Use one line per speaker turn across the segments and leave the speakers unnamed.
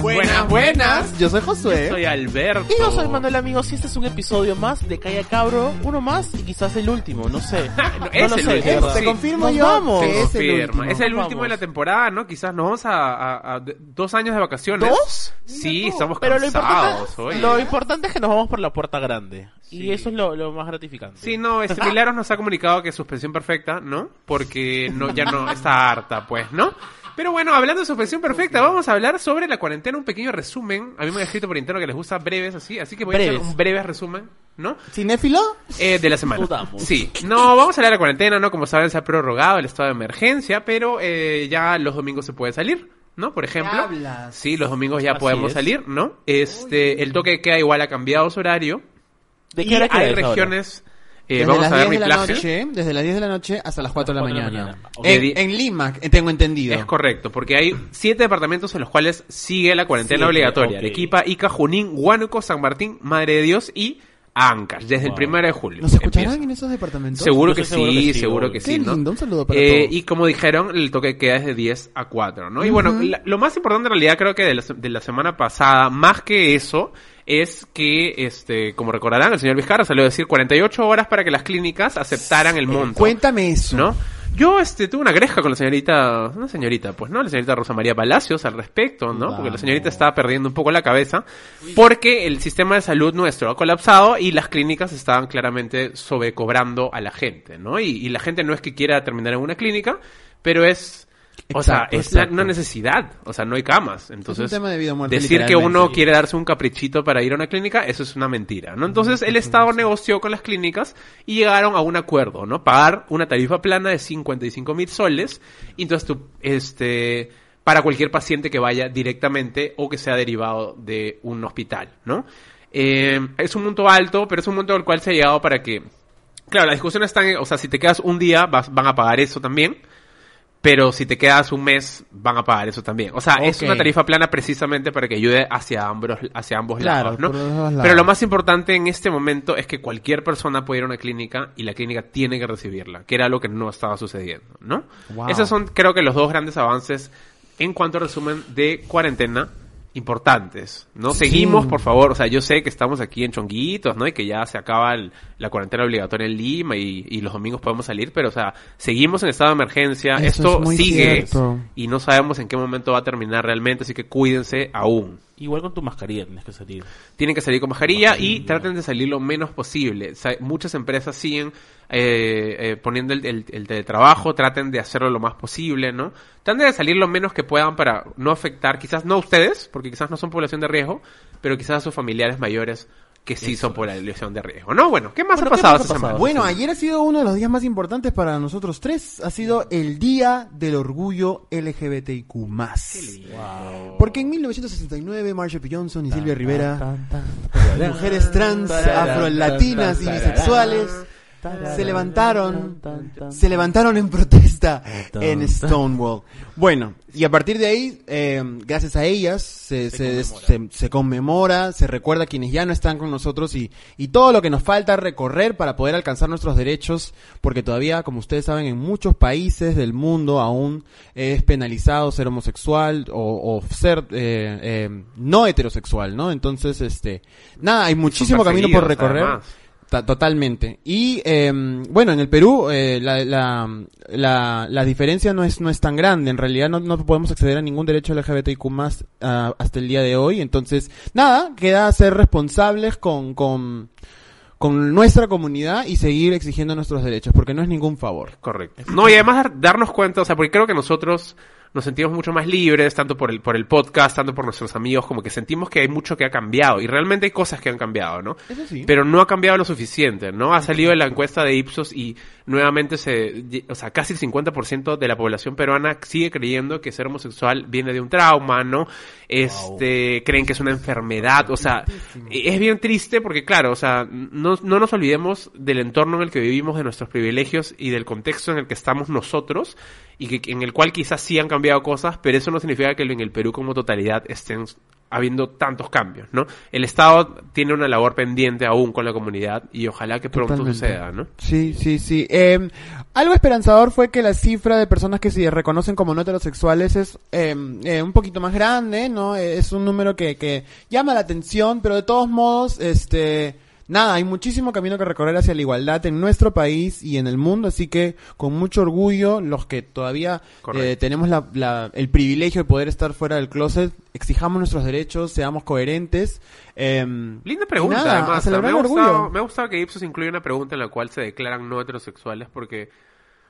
Buenas, buenas.
Yo soy Josué.
Soy Alberto.
Y yo soy Manuel Amigos y este es un episodio más de Calla Cabro, uno más y quizás el último, no sé.
Ah, No,
No
es
lo
el
sé,
último,
de verdad.
sí.
Te confirmo
Nos
yo
vamos.
que es el
Confirma.
último.
Es el
Nos
último de la
vamos.
temporada, ¿no? Quizás nos vamos a, a- a- de- dos años de vacaciones.
¿Dos?
Sí,
Mira tú.
estamos
Pero lo
cansados
importante,
oye.
lo importante es que nos vamos por la puerta grande.
Sí.
Y eso es lo, lo más gratificante.
Sí, no, este Milagros nos ha comunicado que suspensión perfecta, ¿no? Porque no, ya no está harta, pues, ¿no? Pero bueno, hablando de suspensión perfecta, vamos a hablar sobre la cuarentena, un pequeño resumen. A mí me han escrito por interno que les gusta breves así, así que voy a hacer
Breves.
un breve resumen, ¿no?
¿Cinéfilo?
Eh, de la semana.
Dudamos.
Sí. No, vamos a hablar de la cuarentena, ¿no? Como saben, se ha prorrogado el estado de emergencia, pero eh, ya los domingos se puede salir, ¿no? Por ejemplo.
hablas?
Sí, los domingos ya
Así
podemos
es.
salir, ¿no? Este, el toque queda igual ha cambiado su horario.
¿De
y
qué hora que
hay
es ahora?
regiones. eh,
Desde
vamos
las
a ver mi
10 de la
clase.
noche, desde las 10 de la noche hasta las 4 de la
Cuatro de la
mañana.
mañana. Ok.
En, en Lima, eh, tengo entendido.
Es correcto, porque hay siete departamentos en los cuales sigue la cuarentena
Siete,
obligatoria.
ok.
Arequipa, Ica, Junín, Huánuco, San Martín, Madre de Dios y Ancash, desde el
Wow.
primero de julio.
¿Nos escucharán
Empieza.
en esos departamentos?
Seguro
Yo
que, sí,
estoy seguro que sí,
seguro
obvio.
que sí,
Qué
¿no?
lindo, un saludo para
Eh,
todos.
Y como dijeron, el toque queda es de 10 a 4, ¿no? Y bueno, la- lo más importante en realidad creo que de la, se- de la semana pasada, más que eso, es que, este, como recordarán, el señor Vizcarra salió a decir 48 horas para que las clínicas aceptaran el monto.
Cuéntame eso.
¿no? Yo este, tuve una greja con la señorita, una señorita, pues, ¿no? La señorita Rosa María Palacios al respecto, ¿no? Porque la señorita estaba perdiendo un poco la cabeza porque el sistema de salud nuestro ha colapsado y las clínicas estaban claramente sobrecobrando a la gente, ¿no? Y, y la gente no es que quiera terminar en una clínica, pero es... O sea,
Exacto,
es la-
exacto.
una necesidad, o sea, no hay camas. Entonces,
tema de vida o muerte,
decir que
literalmente.
uno quiere darse un caprichito para ir a una clínica, eso es una mentira, ¿no? Entonces el Estado negoció con las clínicas y llegaron a un acuerdo, ¿no? Pagar una tarifa plana de 55 mil soles, y entonces tú, este, para cualquier paciente que vaya directamente o que sea derivado de un hospital, ¿no? Eh, es un monto alto, pero es un monto al cual se ha llegado para que, claro, la discusión está en, o sea, si te quedas un día, vas- van a pagar eso también. Pero si te quedas un mes, van a pagar eso también. O sea, es
Ok.
una tarifa plana precisamente para que ayude hacia ambos, hacia ambos
Claro,
lados, ¿no?
por los dos lados.
Pero lo más importante en este momento es que cualquier persona puede ir a una clínica y la clínica tiene que recibirla, que era lo que no estaba sucediendo, ¿no?
Wow.
Esos son, creo que, los dos grandes avances en cuanto a resumen de cuarentena importantes, ¿no?
Sí.
Seguimos, por favor, o sea, yo sé que estamos aquí en chonguitos, ¿no? Y que ya se acaba el- la cuarentena obligatoria en Lima y, y los domingos podemos salir, pero, o sea, seguimos en estado de emergencia,
Eso
esto
es muy
sigue
cierto.
y no sabemos en qué momento va a terminar realmente, así que cuídense aún.
Igual con tu mascarilla tienes que salir.
Tienen que salir con mascarilla y traten de salir lo menos posible. O sea, muchas empresas siguen eh, eh, poniendo el, el- el teletrabajo, traten de hacerlo lo más posible, ¿no? Traten de salir lo menos que puedan para no afectar, quizás no a ustedes, porque quizás no son población de riesgo, pero quizás a sus familiares mayores que sí son población de riesgo, ¿no? Bueno, ¿qué más
Bueno,
ha
¿qué
pasado
más
esta
ha
semana?
pasado?
Bueno, ayer ha sido uno de los días más importantes para nosotros tres. Ha sido el Día del Orgullo LGBTIQ+. Porque en 1969 Marshall P. Johnson y Silvia Rivera, mujeres trans, afrolatinas y bisexuales, se levantaron, se levantaron en protesta en Stonewall. Bueno, y a partir de ahí, eh, gracias a ellas, se, se, se- se conmemora, se recuerda a quienes ya no están con nosotros y, y todo lo que nos falta recorrer para poder alcanzar nuestros derechos, porque todavía, como ustedes saben, en muchos países del mundo aún es penalizado ser homosexual o, o ser eh, eh, no heterosexual, ¿no? Entonces, este, nada, hay muchísimo camino por
perseguidos,
recorrer.
además.
Ta- Totalmente. Y eh, bueno, en el Perú eh, la, la, la, la diferencia no es, no es tan grande. En realidad no, no podemos acceder a ningún derecho LGBTIQ más ah, hasta el día de hoy. Entonces, nada, queda ser responsables con, con, con nuestra comunidad y seguir exigiendo nuestros derechos, porque no es ningún favor.
Correcto. No, y además dar- darnos cuenta, o sea, porque creo que nosotros nos sentimos mucho más libres, tanto por el, por el podcast, tanto por nuestros amigos, como que sentimos que hay mucho que ha cambiado. Y realmente hay cosas que han cambiado, ¿no?
Eso sí.
Pero no ha cambiado lo suficiente, ¿no? Ha salido de la encuesta de Ipsos y nuevamente se, o sea, casi el 50% de la población peruana sigue creyendo que ser homosexual viene de un trauma, ¿no? Este, creen que es una enfermedad, o sea, es bien triste porque claro, o sea, no, no nos olvidemos del entorno en el que vivimos, de nuestros privilegios y del contexto en el que estamos nosotros y que, en el cual quizás sí han cambiado cosas, pero eso no significa que en el Perú como totalidad estén habiendo tantos cambios, ¿no? El Estado tiene una labor pendiente aún con la comunidad y ojalá que pronto
Totalmente.
suceda, ¿no?
Sí, sí, sí. Eh, algo esperanzador fue que la cifra de personas que se reconocen como no heterosexuales es eh, eh, un poquito más grande, ¿no? Eh, Es un número que, que llama la atención, pero de todos modos, este... Nada, hay muchísimo camino que recorrer hacia la igualdad en nuestro país y en el mundo, así que con mucho orgullo los que todavía
Correcto.
eh, tenemos la- la- el privilegio de poder estar fuera del closet, exijamos nuestros derechos, seamos coherentes. em,
Linda
y
pregunta,
nada, a
además. Me ha,
celebrar el
gustado,
orgullo.
me ha gustado que Ipsos incluya una pregunta en la cual se declaran no heterosexuales porque,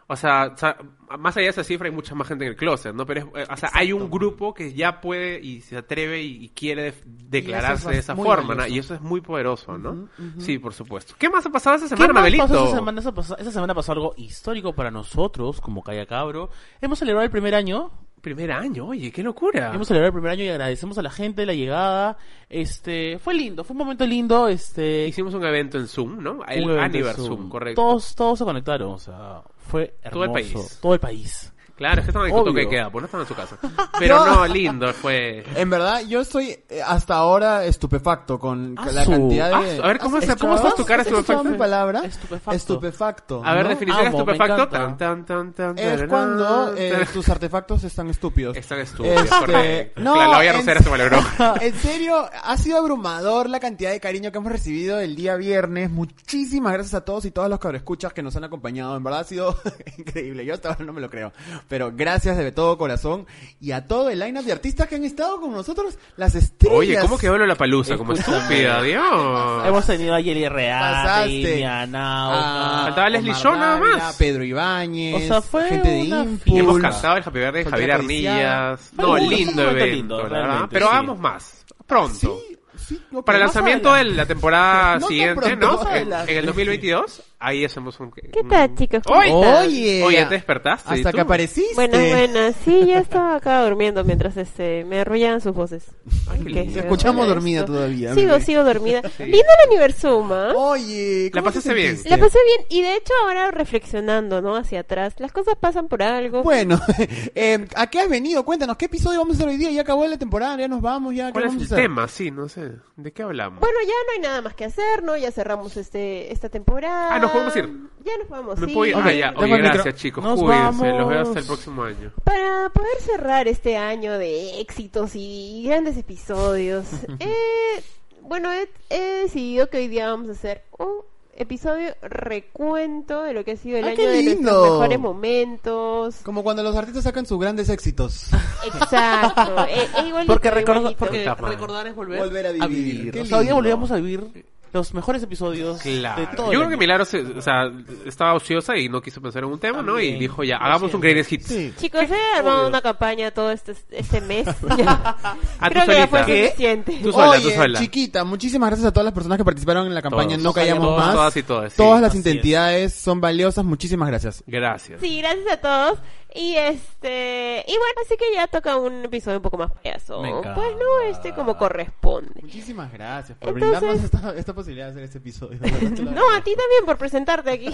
o sea, sa- más allá de esa cifra hay mucha más gente en el closet, ¿no? Pero, es- eh, o sea, hay un grupo que ya puede y se atreve y, y quiere def- declararse
bas-
de esa
muy
forma, ¿no?
valioso.
Y eso es muy poderoso, ¿no?
Ujú, ujú.
Sí, por supuesto. ¿Qué más ha pasado esta
¿Qué
semana,
más
Mabelito?
pasó esa semana? Esa, pasó- esa semana pasó algo histórico para nosotros, como Calla Cabro. Hemos celebrado el primer año.
Primer año, oye, qué locura.
Hemos celebrado el primer año y agradecemos a la gente la llegada. Este, fue lindo, fue un momento lindo. Este,
Hicimos un evento en Zoom, ¿no? El
un evento
Aniverse
Zoom.
Zoom, correcto.
Todos, todos se conectaron, o sea, fue hermoso.
Todo el país.
Todo el país.
Claro, es que estaban en el
Obvio.
toque de queda, pues no estaban en su casa. Pero no, lindo, fue...
En verdad, yo estoy eh, hasta ahora estupefacto con
Ah,
la
su-
cantidad
ah,
de.
su- a ver, ¿cómo
Ah,
se- cómo
¿escuchabas?
estás tu cara
¿Has escuchado
estupefacta?
mi palabra?
Estupefacto.
Estupefacto,
A ver,
¿no? Ah,
definición de
Amo, me
estupefacto.
encanta.
Tan, tan, tan, tan,
Es
tararán,
cuando eh,
tan.
tus artefactos están estúpidos.
Están estúpidos,
Este,
correcto.
no,
la, la olla
en-
rosera se valoró.
En serio, ha sido abrumador la cantidad de cariño que hemos recibido el día viernes. Muchísimas gracias a todos y todas los cabroescuchas que nos han acompañado. En verdad ha sido increíble. Yo hasta ahora no me lo creo. Pero gracias de todo corazón y a todo el line-up de artistas que han estado con nosotros. Las estrellas.
Oye, ¿cómo quedó la palusa? Como
Escúchame.
estúpida, Dios.
Hemos tenido a Yeli Real,
Pasaste.
Miana,
Ah,
Faltaba Leslie
Omar
Shaw nada
Dávila,
más.
Pedro Ibáñez.
O sea, fue
gente de
una
Impulse.
Y
fiesta.
hemos cantado el Happy Birthday de
Con
Javier
la policía.
Arnillas.
Fue
No,
lindo,
lindo
fue
evento,
lindo,
la verdad.
realmente,
Pero
sí.
hagamos más. Pronto.
Sí, sí, lo que
Para el
más
lanzamiento de
adelante.
la temporada
No tan
siguiente,
pronto,
¿no?
más
En
adelante.
en el 2022, ahí hacemos un...
¿Qué tal, chicos? ¿Cómo
¡Oye!
están?
Oye.
Oye, ¿te despertaste? ¿Y
Hasta
tú?
que apareciste.
Buenas,
Este.
buenas. Sí, ya estaba acá durmiendo mientras este, me arrullaban sus voces.
Ay, Ah, qué
Que
lindo.
se me
escuchamos
duele
dormida
esto.
todavía,
Sigo,
bebé.
sigo dormida. Viendo el Universum, ¿ah?
Oh,
Oye, ¿cómo
¿La pasaste
te
bien?
sentiste?
La pasé bien y de hecho ahora reflexionando, ¿no? Hacia atrás, las cosas pasan por algo.
Bueno, eh, ¿a qué has venido? Cuéntanos, ¿qué episodio vamos a hacer hoy día? Ya acabó la temporada, ya nos vamos, ya. ¿qué
¿Cuál es el
vamos a hacer?
tema? Sí, no sé. ¿De qué hablamos?
Bueno, ya no hay nada más que hacer, ¿no? Ya cerramos este esta temporada.
Ah, ¿nos podemos ir?
Ya nos podemos
Me
ir.
puedo ir. Ah, ya.
tengo
Oye,
el micro.
gracias, chicos.
Nos
Cuídense. Los veo
vamos.
hasta el próximo año.
Para poder cerrar este año de éxitos y grandes episodios, eh, bueno, he, he decidido que hoy día vamos a hacer un episodio recuento de lo que ha sido el
¡Ah,
año
qué
de nuestros
lindo!
mejores momentos.
Como cuando los artistas sacan sus grandes éxitos.
Exacto. eh, eh, igualito,
Porque, recorda-
igualito.
porque
Está mal.
recordar es volver,
Volver a vivir. Qué
O sea, hoy día
lindo.
volvíamos a vivir los mejores episodios
Claro.
de todo.
Yo
el
creo que
año.
Milagros eh, o sea, estaba ociosa y no quiso pensar en un tema, ¿no? Y
También.
dijo, ya,
Lo
hagamos un
siento.
Greatest Hits.
Sí.
Chicos, he armado
Obvio.
una campaña todo este, este mes.
Ah,
Creo
tú
que ya
solita.
fue
¿Qué?
suficiente.
Tú sola,
Oye,
tú sola.
chiquita, muchísimas gracias a todas las personas que participaron en la campaña
Todos.
No Callamos
Todos,
Más.
todas y todas, sí,
Todas las
así es.
identidades son valiosas, muchísimas gracias.
Gracias.
Sí, gracias a todos. Y este, y bueno, así que ya toca un episodio un poco más payaso.
Me encanta.
Pues no, este como corresponde.
Muchísimas gracias por
Entonces-
brindarnos esta, esta posibilidad de hacer este episodio. De verdad te lo
No, a ti también por presentarte aquí.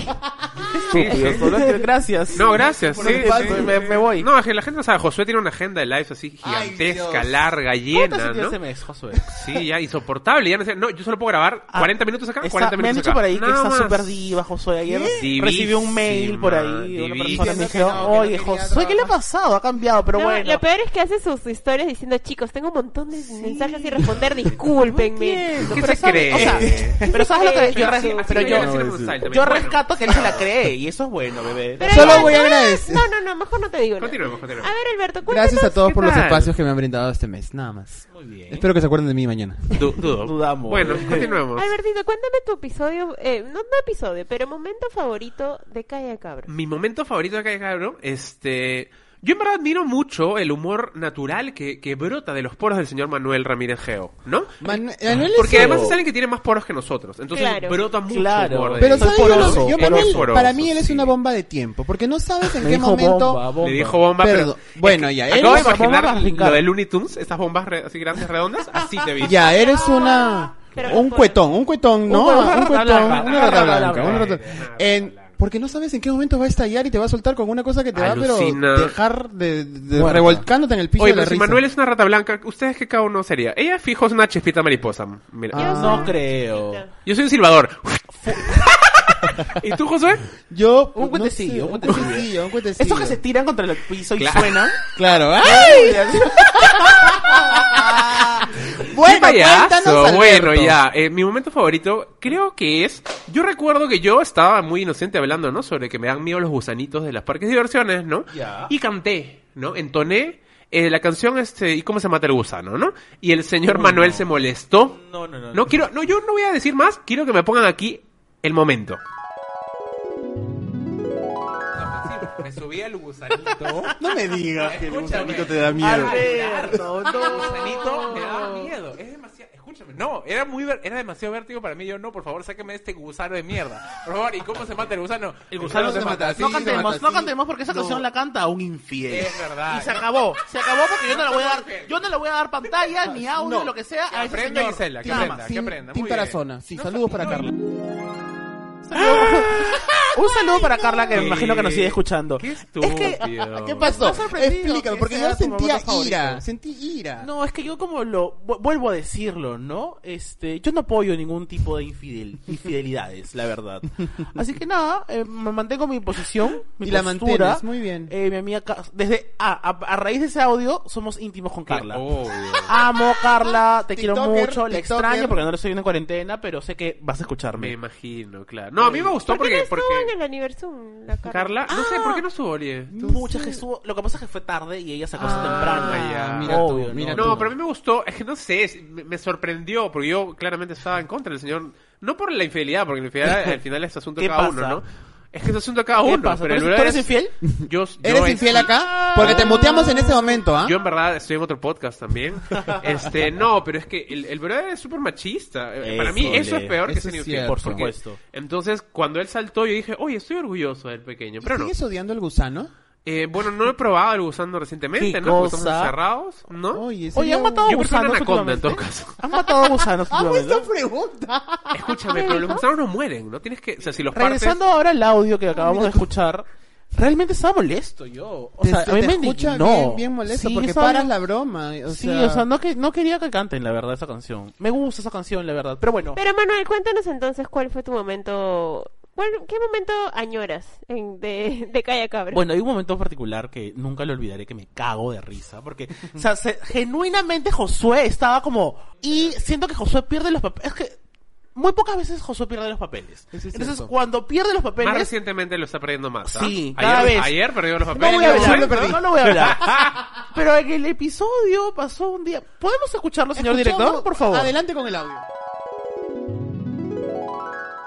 Sí, sí.
Solo que- gracias.
No, gracias.
Por
sí,
el
sí,
paso,
sí.
me, me voy.
No, es que la gente no sabe. Josué tiene una agenda de lives así
Ay,
gigantesca,
Dios.
larga,
¿Cómo te has
llena,
sentido
¿no?
ese mes, Josué?
Sí, ya insoportable. Ya no, sé- no, yo solo puedo grabar
Ah,
40 minutos acá,
Está-
40
me han
minutos
dicho
acá.
por ahí que
Nada
está
más.
súper diva, Josué. Ayer
Divísima,
recibí un mail por ahí. Una
divísima.
persona me
Diciendo
dijo,
que no, que no
oye,
quería
Josué, ¿qué le ha
trabajar".
pasado? Ha cambiado, pero
No,
bueno.
Lo peor es que hace sus historias diciendo, chicos, tengo un montón de mensajes sin responder, discúlpenme.
Entiendo,
¿Qué
pero
se
sabe-
cree?
o sea, pero sabes lo que yo,
Pero, sí,
res-
así
pero yo,
me llega el síndrome de Style también.
yo
Bueno,
rescato que él se la cree y eso es bueno, bebé.
Pero
Solo
igual,
voy a
no,
agradecer.
No, no, no, mejor no te digo nada.
Continuemos, continuemos.
A ver, Alberto, cuéntanos.
Gracias a todos
¿qué
por los
tal?
espacios que me han brindado este mes, nada más.
Muy bien.
Espero que se acuerden de mí mañana.
Du- dudo.
Dudamos.
Bueno, continuemos.
Albertito, cuéntame tu episodio, eh, no, no episodio, pero momento favorito de Calle Cabro.
Mi momento favorito de Calle Cabrón, este. Yo en verdad admiro mucho el humor natural que, que brota de los poros del señor Manuel Ramírez Geo, ¿no?
Man- Manuel es
Porque
un-
además es alguien que tiene más poros que nosotros. Entonces
Claro.
brota mucho
Claro.
humor de
Pero
él.
¿sabes?
Poroso,
Yo lo- yo,
poroso,
Manuel,
poroso,
para mí él es
sí.
una bomba de tiempo, porque no sabes en
Me
qué
dijo
momento...
bomba, bomba.
Le dijo bomba,
Perdón.
pero...
Bueno,
Es que
ya,
Acabo de
eres-
bomba
imaginar
para arrancar.
lo de Looney Tunes, estas bombas re- así grandes, redondas, así te vi.
Ya, eres una...
Pero
Un
por-
cuetón, un cuetón, ¿no?
Un
Un
rata
cuetón,
blanca,
una
rata
rata
blanca.
blanca, una rata-
Rata
en- Porque no sabes en qué momento va a estallar y te va a soltar con una cosa que te
Alucina.
va a pero dejar de, de-
Muerta.
revolcándote en el piso
Oye,
de la
pero si
risa.
Manuel es una rata blanca, ¿ustedes qué cada uno sería? Ella fijo es una chispita mariposa. Mira.
Ah.
No creo.
Yo soy un silbador. ¿Y tú, Josué?
Yo
Un cuentecillo, un
un
cuentecillo.
cuentecillo, un cuentecillo.
Estos que se tiran contra el piso y
Claro.
suenan.
Claro. ¡Ay!
¡Qué
bueno,
payaso!
cuéntanos,
Bueno,
Alberto.
ya. eh, mi momento favorito creo que es... Yo recuerdo que yo estaba muy inocente hablando, ¿no? Sobre que me dan miedo los gusanitos de las parques de diversiones, ¿no?
Ya.
Y canté, ¿no? Entoné eh, la canción, este... ¿Y cómo se mata el gusano, no? Y el señor Manuel se molestó.
No, no, no.
No quiero... No, yo no voy a decir más. Quiero que me pongan aquí el momento. Me subí al gusanito...
No me digas que el
Escúchame.
gusanito te da miedo.
Alberto,
gusanito me daba
no.
miedo. Es demasiado. Escúchame, no, era muy ver- era demasiado vértigo para mí. Yo no, por favor, sáqueme este gusano de mierda. Por favor, ¿y cómo se mata el gusano? El
gusano se mata así.
No
Sí,
cantemos,
se
no
mata,
cantemos
sí.
porque esa
No.
canción la canta un infiel.
Es verdad.
Y se acabó, se acabó porque yo no le voy a dar, yo no le voy a dar pantalla ni audio, lo que sea a ese
aprenda,
señor.
Gisela, que
Nada
aprenda.
más.
que aprenda, muy
Tim
bien.
Tarazona. Sí,
No,
saludos para
no,
Carla.
Un saludo para Carla que me
Qué-
imagino que nos sigue escuchando.
Qué
Es que-
estúpido.
¿Qué pasó?
Me ha sorprendido
Explícame,
que
porque
sea
yo
tu
sentía
momento favorito.
ira. Sentí ira.
No, es que yo como lo vu- vuelvo a decirlo, ¿no? Este, yo no apoyo ningún tipo de infidel, infidelidades, la verdad. Así que nada, eh, me mantengo mi posición, mi
Y la
postura.
mantienes, muy bien.
Eh, mi amiga Ca- desde ah, a, a raíz de ese audio somos íntimos con Carla.
Obvio.
Amo Carla, te quiero
Ah, oh. TikToker,
mucho, le
TikToker.
extraño porque no le estoy viendo en cuarentena, pero sé que vas a
Me
escucharme.
imagino, claro. No, a mí me gustó
¿Por qué no
porque.
estuvo en
porque...
el aniversario la Carla?
Carla, no sé, ¿por qué no subo, Orie?
Pucha, que estuvo- lo que pasa es que fue tarde y ella sacó su
Ah,
temprano.
ya.
Mira tú,
Obvio,
mira
¿no?
tú.
No, pero a mí me gustó, es que no sé, es- me, me sorprendió, porque yo claramente estaba en contra del señor, no por la infidelidad, porque la infidelidad al final es asunto de
¿Qué
cada
pasa?
uno, ¿no? Es que es asunto de cada
¿Qué
uno,
pasa?
pero
¿Tú
el
eres- tú
verdadero
eres infiel?
Yo, yo
¿Eres
es-
infiel acá? Porque te muteamos en ese momento, ¿ah?
Yo en verdad estoy en otro podcast también. Este, no, pero es que el, el verdadero es súper machista. Eh, Para mí
Eso,
eso es
le-
peor que
eso
ser
es
infiel.
cierto.
Por
porque-
supuesto.
Entonces, cuando él saltó, yo dije, oye, estoy orgulloso del pequeño. Pero no.
¿Sigues odiando al gusano?
Eh, bueno, no he probado el gusano recientemente,
¿Qué
¿no? Porque
cosa?
Estamos encerrados, ¿no?
Oye,
Oye,
sería
han
un-
matado
Yo prefiero
gusanos.
una anaconda, en
últimamente?
todo caso.
Han matado gusanos.
Hago
últimamente?
esta pregunta.
Escúchame, pero los gusanos no mueren, ¿no? Tienes que, o sea, si los
Regresando ahora al audio que acabamos de escuchar, realmente estaba molesto yo. O
Te-
sea,
se
a mí
te
me
escucha
indignó.
bien, bien molesto
Sí,
porque
estaba-
paras la broma. O
sí,
sea,
o sea, no, que, no quería que canten, la verdad, esa canción. Me gusta esa canción, la verdad. Pero bueno,
Pero Manuel, cuéntanos entonces cuál fue tu momento, cuál, qué momento añoras en- de, de Calla Cabra.
bueno, hay un momento en particular que nunca lo olvidaré que me cago de risa. Porque, o sea, se- genuinamente Josué estaba como. Y siento que Josué pierde los papeles. Es que muy pocas veces Josué pierde los papeles.
Eso es
Entonces,
cierto.
cuando pierde los papeles.
Más recientemente lo está perdiendo más. ¿ah?
Sí,
ayer,
cada vez.
Ayer perdió los papeles.
No voy a
¿no?
hablar,
lo
no,
perdí.
no lo voy a hablar. Pero en el episodio pasó un día. ¿Podemos escucharlo, señor
Escuchamos-
director? Por favor.
Adelante con el audio.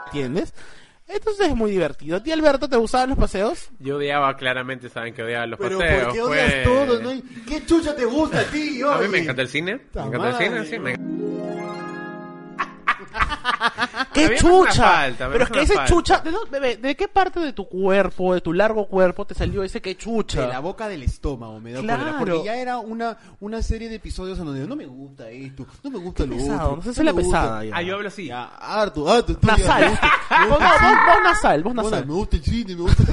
¿Entiendes? Entonces es muy divertido. ¿A ti, Alberto, te gustaban los paseos?
Yo odiaba, claramente saben que odiaba los
Pero
paseos.
¿por qué
pues.
odias todo? no? ¿Qué chucha te gusta a ti?
A mí
oye?
me encanta el cine. Me
Ta
encanta el cine,
madre.
sí. me encanta.
¡Qué
Había una
chucha!
falta,
Pero
había
es que
una
ese
falta.
chucha... ¿de, dónde- bebé, ¿de qué parte de tu cuerpo, de tu largo cuerpo, te salió ese que chucha?
De la boca del estómago me dio
Claro.
cólera, porque ya era una, una serie de episodios en donde no me gusta esto, no me gusta lo
pesado,
otro.
no sé si
no
la
me gusta-
pesada ya.
Ah, yo hablo así.
Ya, harto, harto. estoy
Nasal.
ya, me gusta- me
vos, no,
gusta el cine,
vos- vos nasal, vos
bueno,
nasal.
Me gusta el cine, me gusta...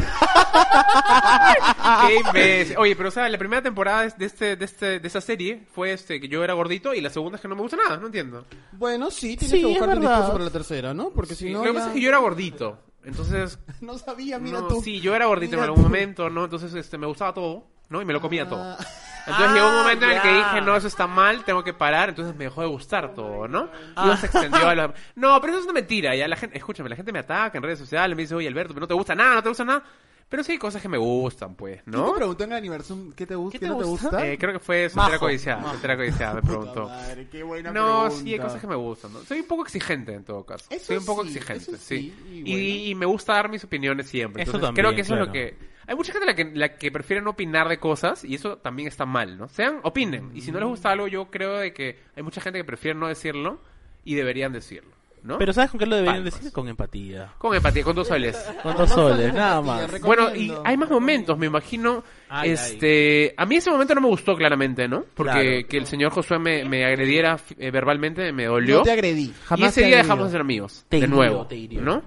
Ah.
Qué imbécil. Oye, pero o sea, la primera temporada de, este, de, este, de esa serie fue este, que yo era gordito y la segunda es que no me gusta nada, no entiendo.
Bueno, sí, tienes
Sí,
que
es
buscarte un
verdad.
discurso para la tercera, ¿no? Porque si
Sí,
no
lo que
ya-
pasa es que yo era gordito. Entonces,
No sabía, mira
no,
tú.
sí, yo era gordito en
Mira
algún
tú.
momento, ¿no? Entonces este, me gustaba todo, ¿no? Y me lo comía todo.
Ah.
Entonces llegó un momento en el que
ya.
dije, no, eso está mal, tengo que parar, entonces me dejó de gustar todo, ¿no? Y
Ah.
luego se extendió a los... No, pero eso es una mentira, ya la gente, escúchame, la gente me ataca en redes sociales, me dice, oye, Alberto, pero no te gusta nada, no te gusta nada. Pero sí hay cosas que me gustan, pues,
¿No?
¿no?
te preguntó en el aniversario qué te gusta, qué,
¿Qué te
no te
gusta?
gusta?
Eh, creo que fue Soltera
Majo,
Codiciada, Soltera Codiciada, me preguntó.
Madre, qué buena
No,
pregunta.
sí, hay cosas que me gustan. ¿no? Soy un poco exigente en todo caso.
Eso
Soy un poco
sí,
exigente,
eso
sí.
sí,
Y,
y bueno.
y me gusta dar mis opiniones siempre.
Eso
Entonces,
también,
creo que eso
claro.
es lo que Hay mucha gente la que, la que prefiere no opinar de cosas y eso también está mal, ¿no? Sean, opinen. Y si no les gusta algo, yo creo de que hay mucha gente que prefiere no decirlo y deberían decirlo, ¿no?
Pero ¿sabes con qué lo deberían
Palmas.
decir? Con empatía.
Con empatía, con dos soles.
Con dos soles, nada
empatía,
más.
reco-
Bueno, y
Recomiendo.
hay más momentos, me imagino.
Ay,
este, a mí ese momento no me gustó claramente, ¿no? Porque
Claro.
que el señor Josué me, me agrediera eh, verbalmente me dolió.
No te agredí.
y
Jamás
ese
te
día
agredí.
dejamos de ser amigos,
Te
de
hirió,
nuevo,
te hirió.
¿no?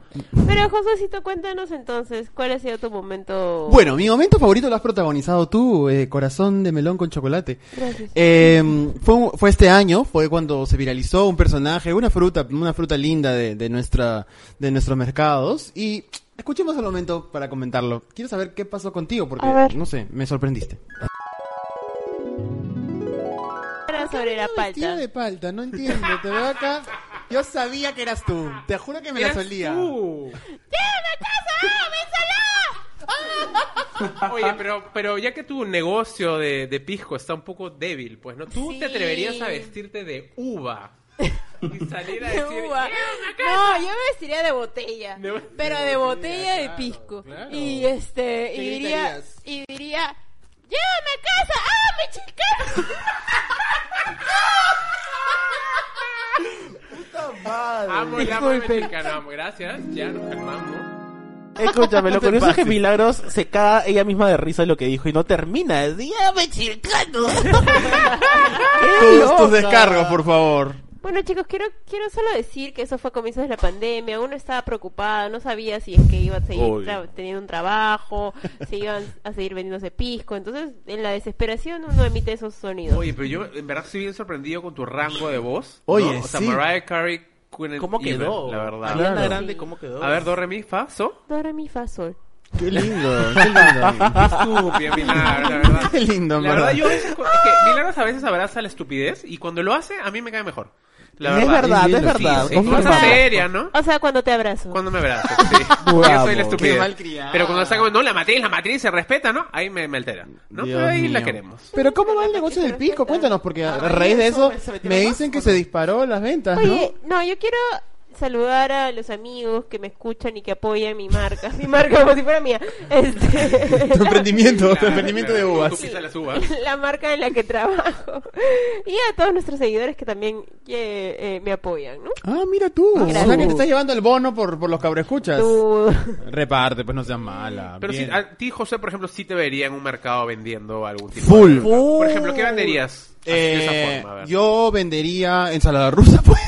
Pero Josuecito, cuéntanos entonces, ¿cuál ha sido tu momento?
Bueno, mi momento favorito lo has protagonizado tú, eh, Corazón de Melón con Chocolate.
Gracias.
Eh, fue, un- fue este año, fue cuando se viralizó un personaje, una fruta, una fruta linda de, de nuestra, de nuestros mercados. Y escuchemos el momento para comentarlo. Quiero saber qué pasó contigo, porque
A ver.
no sé, me sorprendiste.
Era sobre la
Tío
palta.
de palta, no entiendo. Te veo acá. Yo sabía que eras tú. Te juro que me la
Eras
solía.
tú. Oye, pero, pero ya que tu negocio de, de pisco está un poco débil, pues, ¿no? Tú
Sí.
te atreverías a vestirte de uva y salir a
De
decir...
uva. No, yo me vestiría de botella,
De-
pero de botella de pisco. Y este, y
¿Qué
diría,
gritarías?
y diría, llévame a casa, hágame chica.
Amo el amo mexicano, amo. Gracias, ya nos calmamos.
Escúchame, lo
No te
curioso es que
pases.
Milagros se caga ella misma de risa de lo que dijo y no termina. Es dígame chircando. Qué
Tus, tus
loca.
descargos, por favor.
Bueno chicos, quiero, quiero solo decir que eso fue a comienzos de la pandemia, uno estaba preocupado, no sabía si es que iba a seguir
Obvio.
tra- teniendo un trabajo, si iban a seguir vendiéndose pisco, entonces en la desesperación uno emite esos sonidos.
Oye, pero yo en verdad estoy bien sorprendido con tu rango de voz. ¿no?
Oye,
O sea,
sí.
Mariah Carey, Queen
¿Cómo quedó?
Even, la verdad.
Ariana
Claro.
Grande, ¿cómo quedó?
A ver, do, re, mi, fa, so.
Do, re, mi, fa, sol.
Qué lindo, qué lindo.
Estúpida, Milagros, la verdad.
Qué lindo, en
La verdad,
verdad.
yo a veces- es que Milagros a veces abraza la estupidez y cuando lo hace, a mí me cae mejor. La
es verdad,
es
es
lindo.
verdad.
Sí, sí.
¿Cómo
Más
lo hace?
seria, ¿no?
O sea, cuando te abrazo.
Cuando me abrazas, sí. Yo soy
Guapo.
la
Qué
estupidez.
malcriada.
Pero cuando está como, no, la matriz, la matriz se respeta, ¿no? Ahí me, me altera. ¿No?
Dios
pero ahí la
mío.
queremos.
Pero ¿cómo va el negocio del pisco? Cuéntanos, porque a raíz de eso me dicen que se disparó las ventas, ¿no?
Oye, no, yo quiero saludar a los amigos que me escuchan y que apoyan mi marca, mi marca como si fuera mía. Este...
Tu emprendimiento, tu
Claro,
emprendimiento de
claro.
uvas.
Tú pisas las uvas.
la marca en la que trabajo. Y a todos nuestros seguidores que también eh, eh, me apoyan, ¿no?
Ah, mira tú. O sea,
Gracias.
que te estás llevando el bono por, por los cabrescuchas.
Tú-
Reparte, pues no seas mala.
Pero si,
bien.
a ti, José, por ejemplo, sí te vería en un mercado vendiendo algún tipo
Full.
de... Por ejemplo, ¿qué venderías? Así, de
Eh,
esa forma, a ver.
yo vendería ensalada rusa, pues.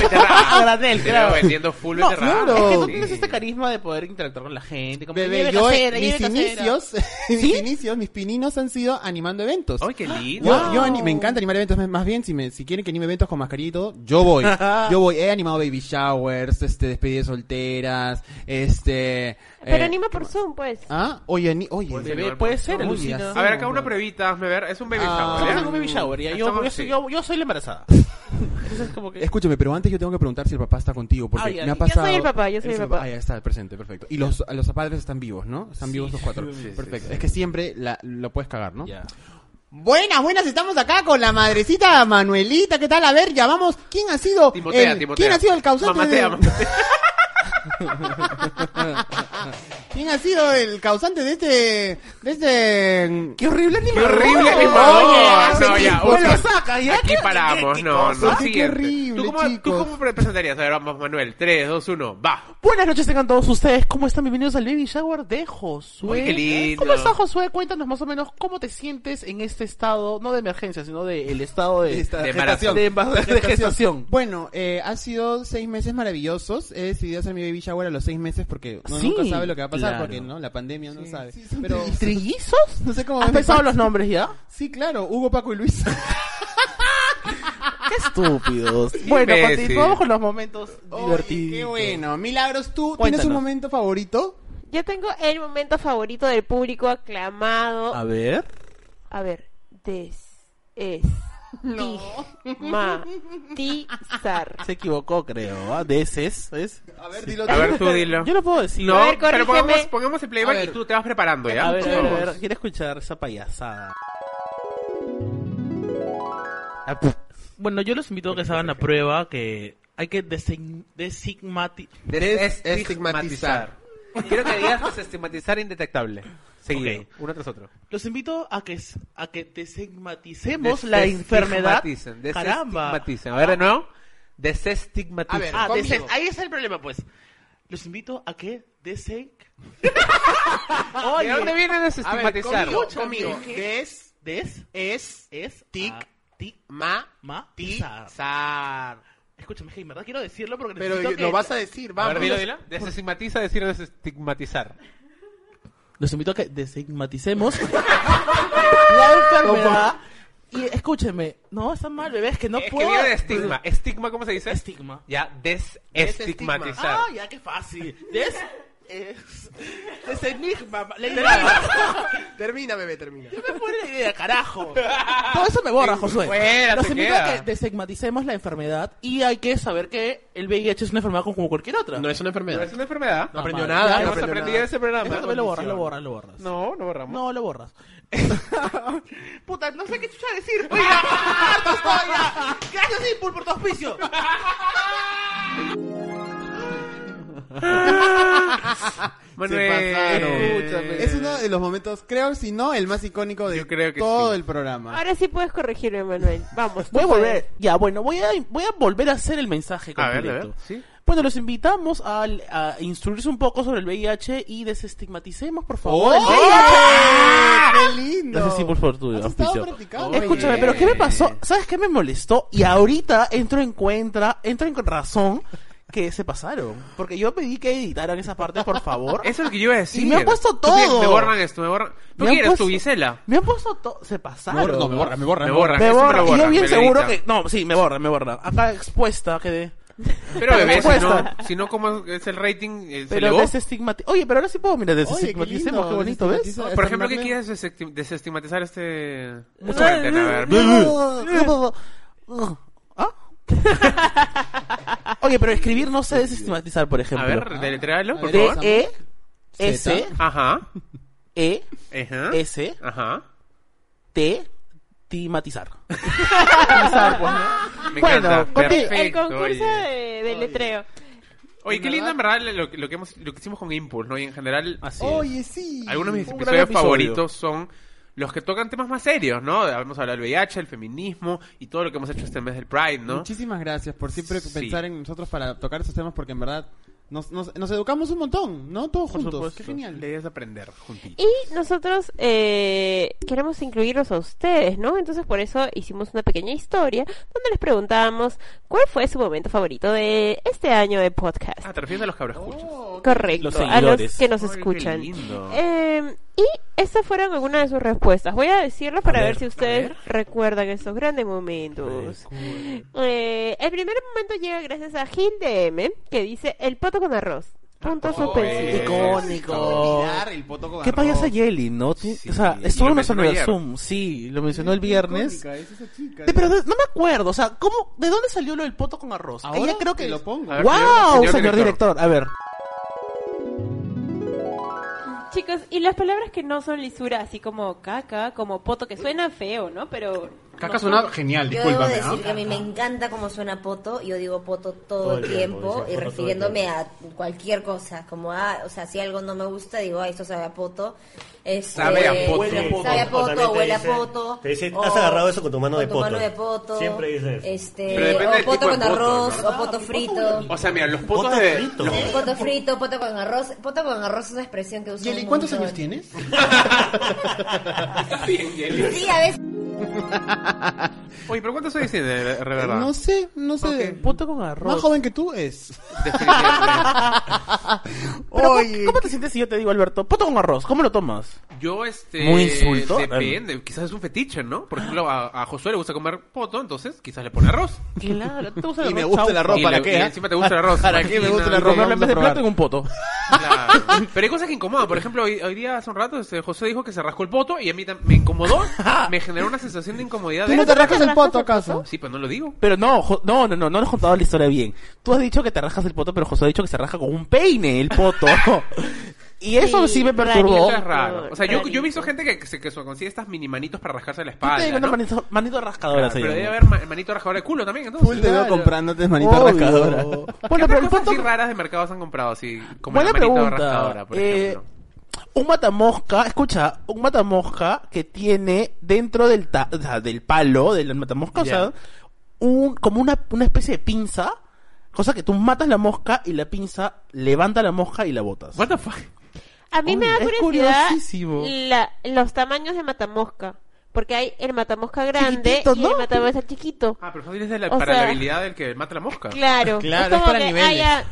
Beterraba.
A granel,
Te
Ah, claro.
veo vendiendo full
No,
beterraba.
claro.
Es que tú
Ah, Sí.
tienes este carisma de poder interactuar con la gente. Como
Bebé,
lleve
yo
casera,
mis
lleve casera.
inicios, mis inicios, mis pininos han sido animando eventos.
Ay, qué lindo.
Yo, yo ani- me encanta animar eventos, más- más bien, si, me, si quieren que anime eventos con mascarilla y todo, yo voy. Yo voy, he animado baby showers, este, despedidas solteras, este...
Pero
eh,
anima por Zoom, pues.
Ah, oye, ani- oye.
Bebé, puede ser,
Uy,
alucina.
así.
A ver, acá una pruebita, hazme ver. Es un baby shower,
Ah.
Estamos
¿ya?
en un baby shower, ya. Yo,
Estamos-
yo, soy,
sí.
yo, yo soy la embarazada. Entonces, como que.
Escúchame, pero antes yo tengo que preguntar si el papá está contigo, porque
Ay, ay,
me ha
yo
pasado...
soy el papá, yo soy
Eres
el papá.
Ah, ya está, presente, perfecto. Y los, los padres están vivos, ¿no? Están vivos los cuatro.
Sí, sí,
perfecto.
sí.
Es que siempre la, lo puedes cagar,
Eh,
¿no?
Ya.
Buenas, buenas, estamos acá con la madrecita Manuelita, ¿qué tal? A ver, ya vamos, ¿quién ha sido
Timotea,
el,
Timotea.
¿quién ha sido el causante
Mamatea,
de,
mamatea.
quién ha sido el causante de este de este
Qué horrible
¡Qué
animador.
horrible
Oye,
animador! No,
ese
ya,
tipo
otro.
lo
pues, saca, ya.
Aquí
¿Qué-
paramos,
qué- qué
no,
cosa?
no,
Qué
siguiente.
horrible,
¿Tú cómo, ¿Tú
chicos.
cómo pre- presentarías? A ver, vamos, Manuel. 3, 2, 1, va.
Buenas noches tengan todos ustedes, ¿cómo están? Bienvenidos al Baby Shower de Josué.
Uy, qué lindo.
¿Cómo está Josué? Cuéntanos más o menos cómo te sientes en este estado, no de emergencia, sino del estado de,
Esta
De
gestación.
embarazo.
de embar- de gestación.
Bueno, eh, ha sido seis meses maravillosos. He decidido hacer mi baby shower a los seis meses porque uno
Sí,
nunca sabe lo que va a pasar,
claro.
porque no, la pandemia no sabe.
Pero,
Pero
¿Trillizos?
no sé cómo
¿Has
ven-
pensado los nombres ya?
Sí, claro, Hugo, Paco y Luis.
¡Qué estúpidos! bueno,
Imbécil.
continuamos con los momentos
Oye, qué
divertidos.
bueno. Milagros, tú tienes
Cuéntanos.
un momento favorito.
Yo tengo el momento favorito del público aclamado.
A ver.
A ver, des es matizar.
Se equivocó, creo. ¿ah? De ese es, es.
A ver, dilo
A ver, tú dilo.
Yo lo puedo decir.
No,
A ver,
pero
corrígeme.
pongamos, pongamos el
A
playback
ver.
y tú te vas preparando, ¿ya?
A ver, a
Por favor.
ver, a ver, quiero escuchar esa payasada. Ah, pff.
Bueno, yo los invito a que se hagan la prueba que hay que design- desigmatizar.
Desestigmatizar. Quiero que digas desestigmatizar indetectable. Seguido,
Ok.
uno tras otro.
Los invito a que, s- a que desestigmaticemos la enfermedad.
Desestigmaticen,
Caramba.
desestigmaticen. A ver, de nuevo.
A ver,
Desestigmaticen.
Ah,
Conmigo.
desen- ahí está el problema, pues. Los invito a que desen...
¿De dónde viene
A ver,
desestigmatizar?
conmigo,
Escucha,
conmigo.
¿qué?
Des,
Des...
es,
Es...
Tic.
a- Tic.
ma,
Ma.
ti,
Tizar.
zar.
Escúchame, hey, ¿verdad? Quiero decirlo porque
Pero
necesito que...
lo vas a decir,
A
vamos.
ver, dilo, dilo. Desestigmatiza, decir desestigmatizar.
Los invito a que desigmaticemos la enfermedad. Y escúcheme, no, está mal, bebé, es que no
es
puedo.
que viene de estigma. ¿Estigma cómo se dice?
Estigma.
Ya, desestigmatizar.
Ah, ya, qué fácil. Des. Es. des enigma. La idea.
Termina, bebé, termina.
me fue la idea, carajo. Todo eso me borra, Josué.
Fuera,
Los
se
invito
queda.
a que destigmaticemos la enfermedad y hay que saber que el VIH es una enfermedad como cualquier otra.
No es una
No
enfermedad.
es una enfermedad.
No aprendió
madre.
nada,
Ya
no
hemos
aprendió
aprendido
nada.
de ese programa.
Eso también lo borras, lo borras, lo borras.
No, no borramos.
No, lo borras. Puta, no sé qué chucha decir. Gracias, Impul, por tu auspicio.
Manuel.
pasaron.
Escúchame.
Es uno de los momentos, creo, si no, el más icónico de
Yo creo que
todo
sí.
el programa.
Ahora sí puedes corregirme, Manuel. Vamos. tú
Voy a
puedes.
volver. Ya, bueno, voy a, voy a volver a hacer el mensaje
A ver,
completo.
a ver, sí.
Bueno, los invitamos a, a instruirse un poco sobre el VIH y desestigmaticemos, por favor. el
¡Qué lindo!
Gracias, Impul, por tu
Has estado
auspicio.
practicando.
Escúchame,
Oye.
pero ¿qué me pasó? ¿Sabes qué me molestó? Y ahorita entro en cuenta, entro en razón que se pasaron. Porque yo pedí que editaran esa parte, por favor.
Eso es lo que yo iba a decir.
Y me han puesto
Tú tienes-
todo.
Me borran esto, me borran. ¿Tú
Me han
quieres
puesto-
tu Gisela?
Me han puesto todo. Se pasaron.
No, me borra, me borra.
Me borran.
Me
eso
borra.
lo
Y yo
borran,
bien
me lo
seguro
editan.
que. No, sí, me borra, me borra. Acá expuesta quedé.
Pero bebé, si no,
Cuesta.
si no, ¿cómo es el rating? Eh, ¿Se
Pero
elevó?
desestigmatiza. Oye, pero ahora sí puedo, mira,
Oye, qué
desestigmaticemos.
lindo.
Qué, bonito, ¿ves?
Desestigmatiza-
Por ejemplo, ¿qué
Stanley.
quieres desestim- desestigmatizar este...
Mucho.
cuarentena? A ver.
¿Ah? Oye, pero escribir no sé desestigmatizar, por
A
ejemplo.
ver, deletréalo, por favor.
D-E-S-E-S.
Ajá. Ajá.
S
Ajá.
T timatizar.
Me
Bueno,
encanta.
conti- el
El
Perfecto.
concurso
Oye,
de, de letreo.
Oye, qué lindo en verdad lo, lo que hemos, lo que hicimos con Impulse, ¿no? Y en general,
Así es.
Oye, Ah, sí.
algunos de mis
un gran
episodios
episodio.
favoritos son los que tocan temas más serios, ¿no? Hemos hablado del VIH, el feminismo y todo lo que hemos hecho este mes del Pride, ¿no?
Muchísimas gracias por siempre
Sí.
pensar en nosotros para tocar esos temas porque en verdad nos, nos, nos educamos un montón, ¿no? Todos juntos. Qué genial.
La idea es aprender juntitos.
Y nosotros eh, queremos incluirlos a ustedes, ¿no? Entonces por eso hicimos una pequeña historia donde les preguntábamos cuál fue su momento favorito de este año de podcast.
Ah, te refieres a los cabros escuchas.
Correcto,
Los
a los
seguidores.
que nos
Ay, qué
escuchan.
lindo.
Eh, y estas fueron algunas de sus respuestas. Voy a decirlas para
A
ver,
ver,
si
a
ustedes
ver.
recuerdan estos grandes momentos. Eh, el primer momento llega gracias a Gil de M, que dice el poto con arroz.
Ah,
Puntos
pues.
suspensivos.
Icónico.
el poto con
Qué
arroz.
payasa Jelly, ¿no? Ti-
Sí,
o sea,
y
estuvo
lo
en nuestro
mencionó ayer.
Zoom, sí, lo mencionó el viernes.
Icónica, es esa chica,
De- pero
¿no?
de- no me acuerdo, o sea, ¿cómo, ¿de dónde salió lo del poto con arroz?
Ahora
Ella creo que
te lo pongo.
A ver,
¡Wow,
señor-
señor,
señor director.
director! A ver.
Chicos, y las palabras que no son lisura, así como caca, como poto, que suena feo, ¿no? Pero...
Caca suena genial,
Yo debo
discúlpame,
decir
¿ah?
que a mí me encanta cómo suena poto, yo digo poto todo el tiempo y refiriéndome a cualquier cosa, como a, o sea, si algo no me gusta, digo, ah, esto sabe a poto. Este,
Sabe a poto.
Huele a poto.
Sabe a
O
poto,
también te
huele a
dicen-
poto.
te dicen,
o
"Has agarrado eso con tu mano de
Con
poto".
tu mano de poto.
Siempre dicen eso.
Pero
Este,
depende del
o poto
tipo de
con
poto,
arroz,
¿no?
o poto frito.
O sea, mira, los potos
Poto
de...
frito.
los-
Poto frito, poto con arroz. Poto con arroz es una expresión que uso.
Yeli,
un
¿cuántos
montón.
años tienes?
Sí, a veces.
Oye, pero ¿cuántos soy diciendo, de de verdad?
No sé, no sé.
Poto con arroz.
Más joven que tú es.
Definitivamente.
Pero, ¿cómo-
Oye.
¿Cómo te sientes si yo te digo, Alberto, poto con arroz? ¿Cómo lo tomas?
Yo, este...
Muy insulto.
Depende. Quizás es un fetiche, ¿no? Por ejemplo, a, a Josué le gusta comer poto, entonces quizás le pone arroz.
Claro, te gusta
Y me gusta el arroz,
Y
¿para
le-
qué?
y
ah?
encima te gusta el arroz,
¿Para qué me gusta
imagina.
el arroz?
Romperlo en
Vamos
vez
a
de plato
probar.
en un poto.
Claro. Pero hay cosas que incomodan. Por ejemplo, hoy, hoy día, hace un rato, este, José dijo que se rascó el poto y a mí tam- me incomodó. Me generó una sensación de incomodidad.
¿Tú
de-
no te rascas el poto
el
acaso?
Sí, pues no lo digo.
Pero no, jo- no, no, no, no nos has contado la historia bien. Tú has dicho que te rajas el poto, pero José ha dicho que se raja con un peine el poto. y eso sí,
Sí,
me perturbó.
Eso es raro. O sea, yo, yo he
Rarísimo.
visto gente que, que, se- que se consigue estas mini manitos para rascarse la
Yo te
espalda.
digo una
¿no?
manito, manito rascadora,
Claro, pero
señor.
debe haber ma- manito rascador de culo también, entonces.
Full te veo
Claro.
comprándote manita
Obvio.
rascadora.
Bueno,
¿Qué
pero el
cosas
poto...
así raras de mercados han comprado así? Como
Buena
la manito
pregunta.
rascadora, por
Eh,
ejemplo.
un matamosca, escucha, un matamosca que tiene dentro del, ta- o sea, del palo del matamosca, o sea, un, como una, una especie de pinza, cosa que tú matas la mosca y la pinza levanta la mosca y la botas.
What the fuck?
A mí me
Oye,
da
es
curiosidad
curiosísimo.
la- los tamaños de matamosca. Porque hay el matamosca grande
Chiquitito,
y
¿no?
el matamosca chiquito.
Ah, pero fácil es de la,
O
para
sea-
la habilidad del que mata la mosca.
Claro.
Claro,
es como
es para
que
niveles.
haya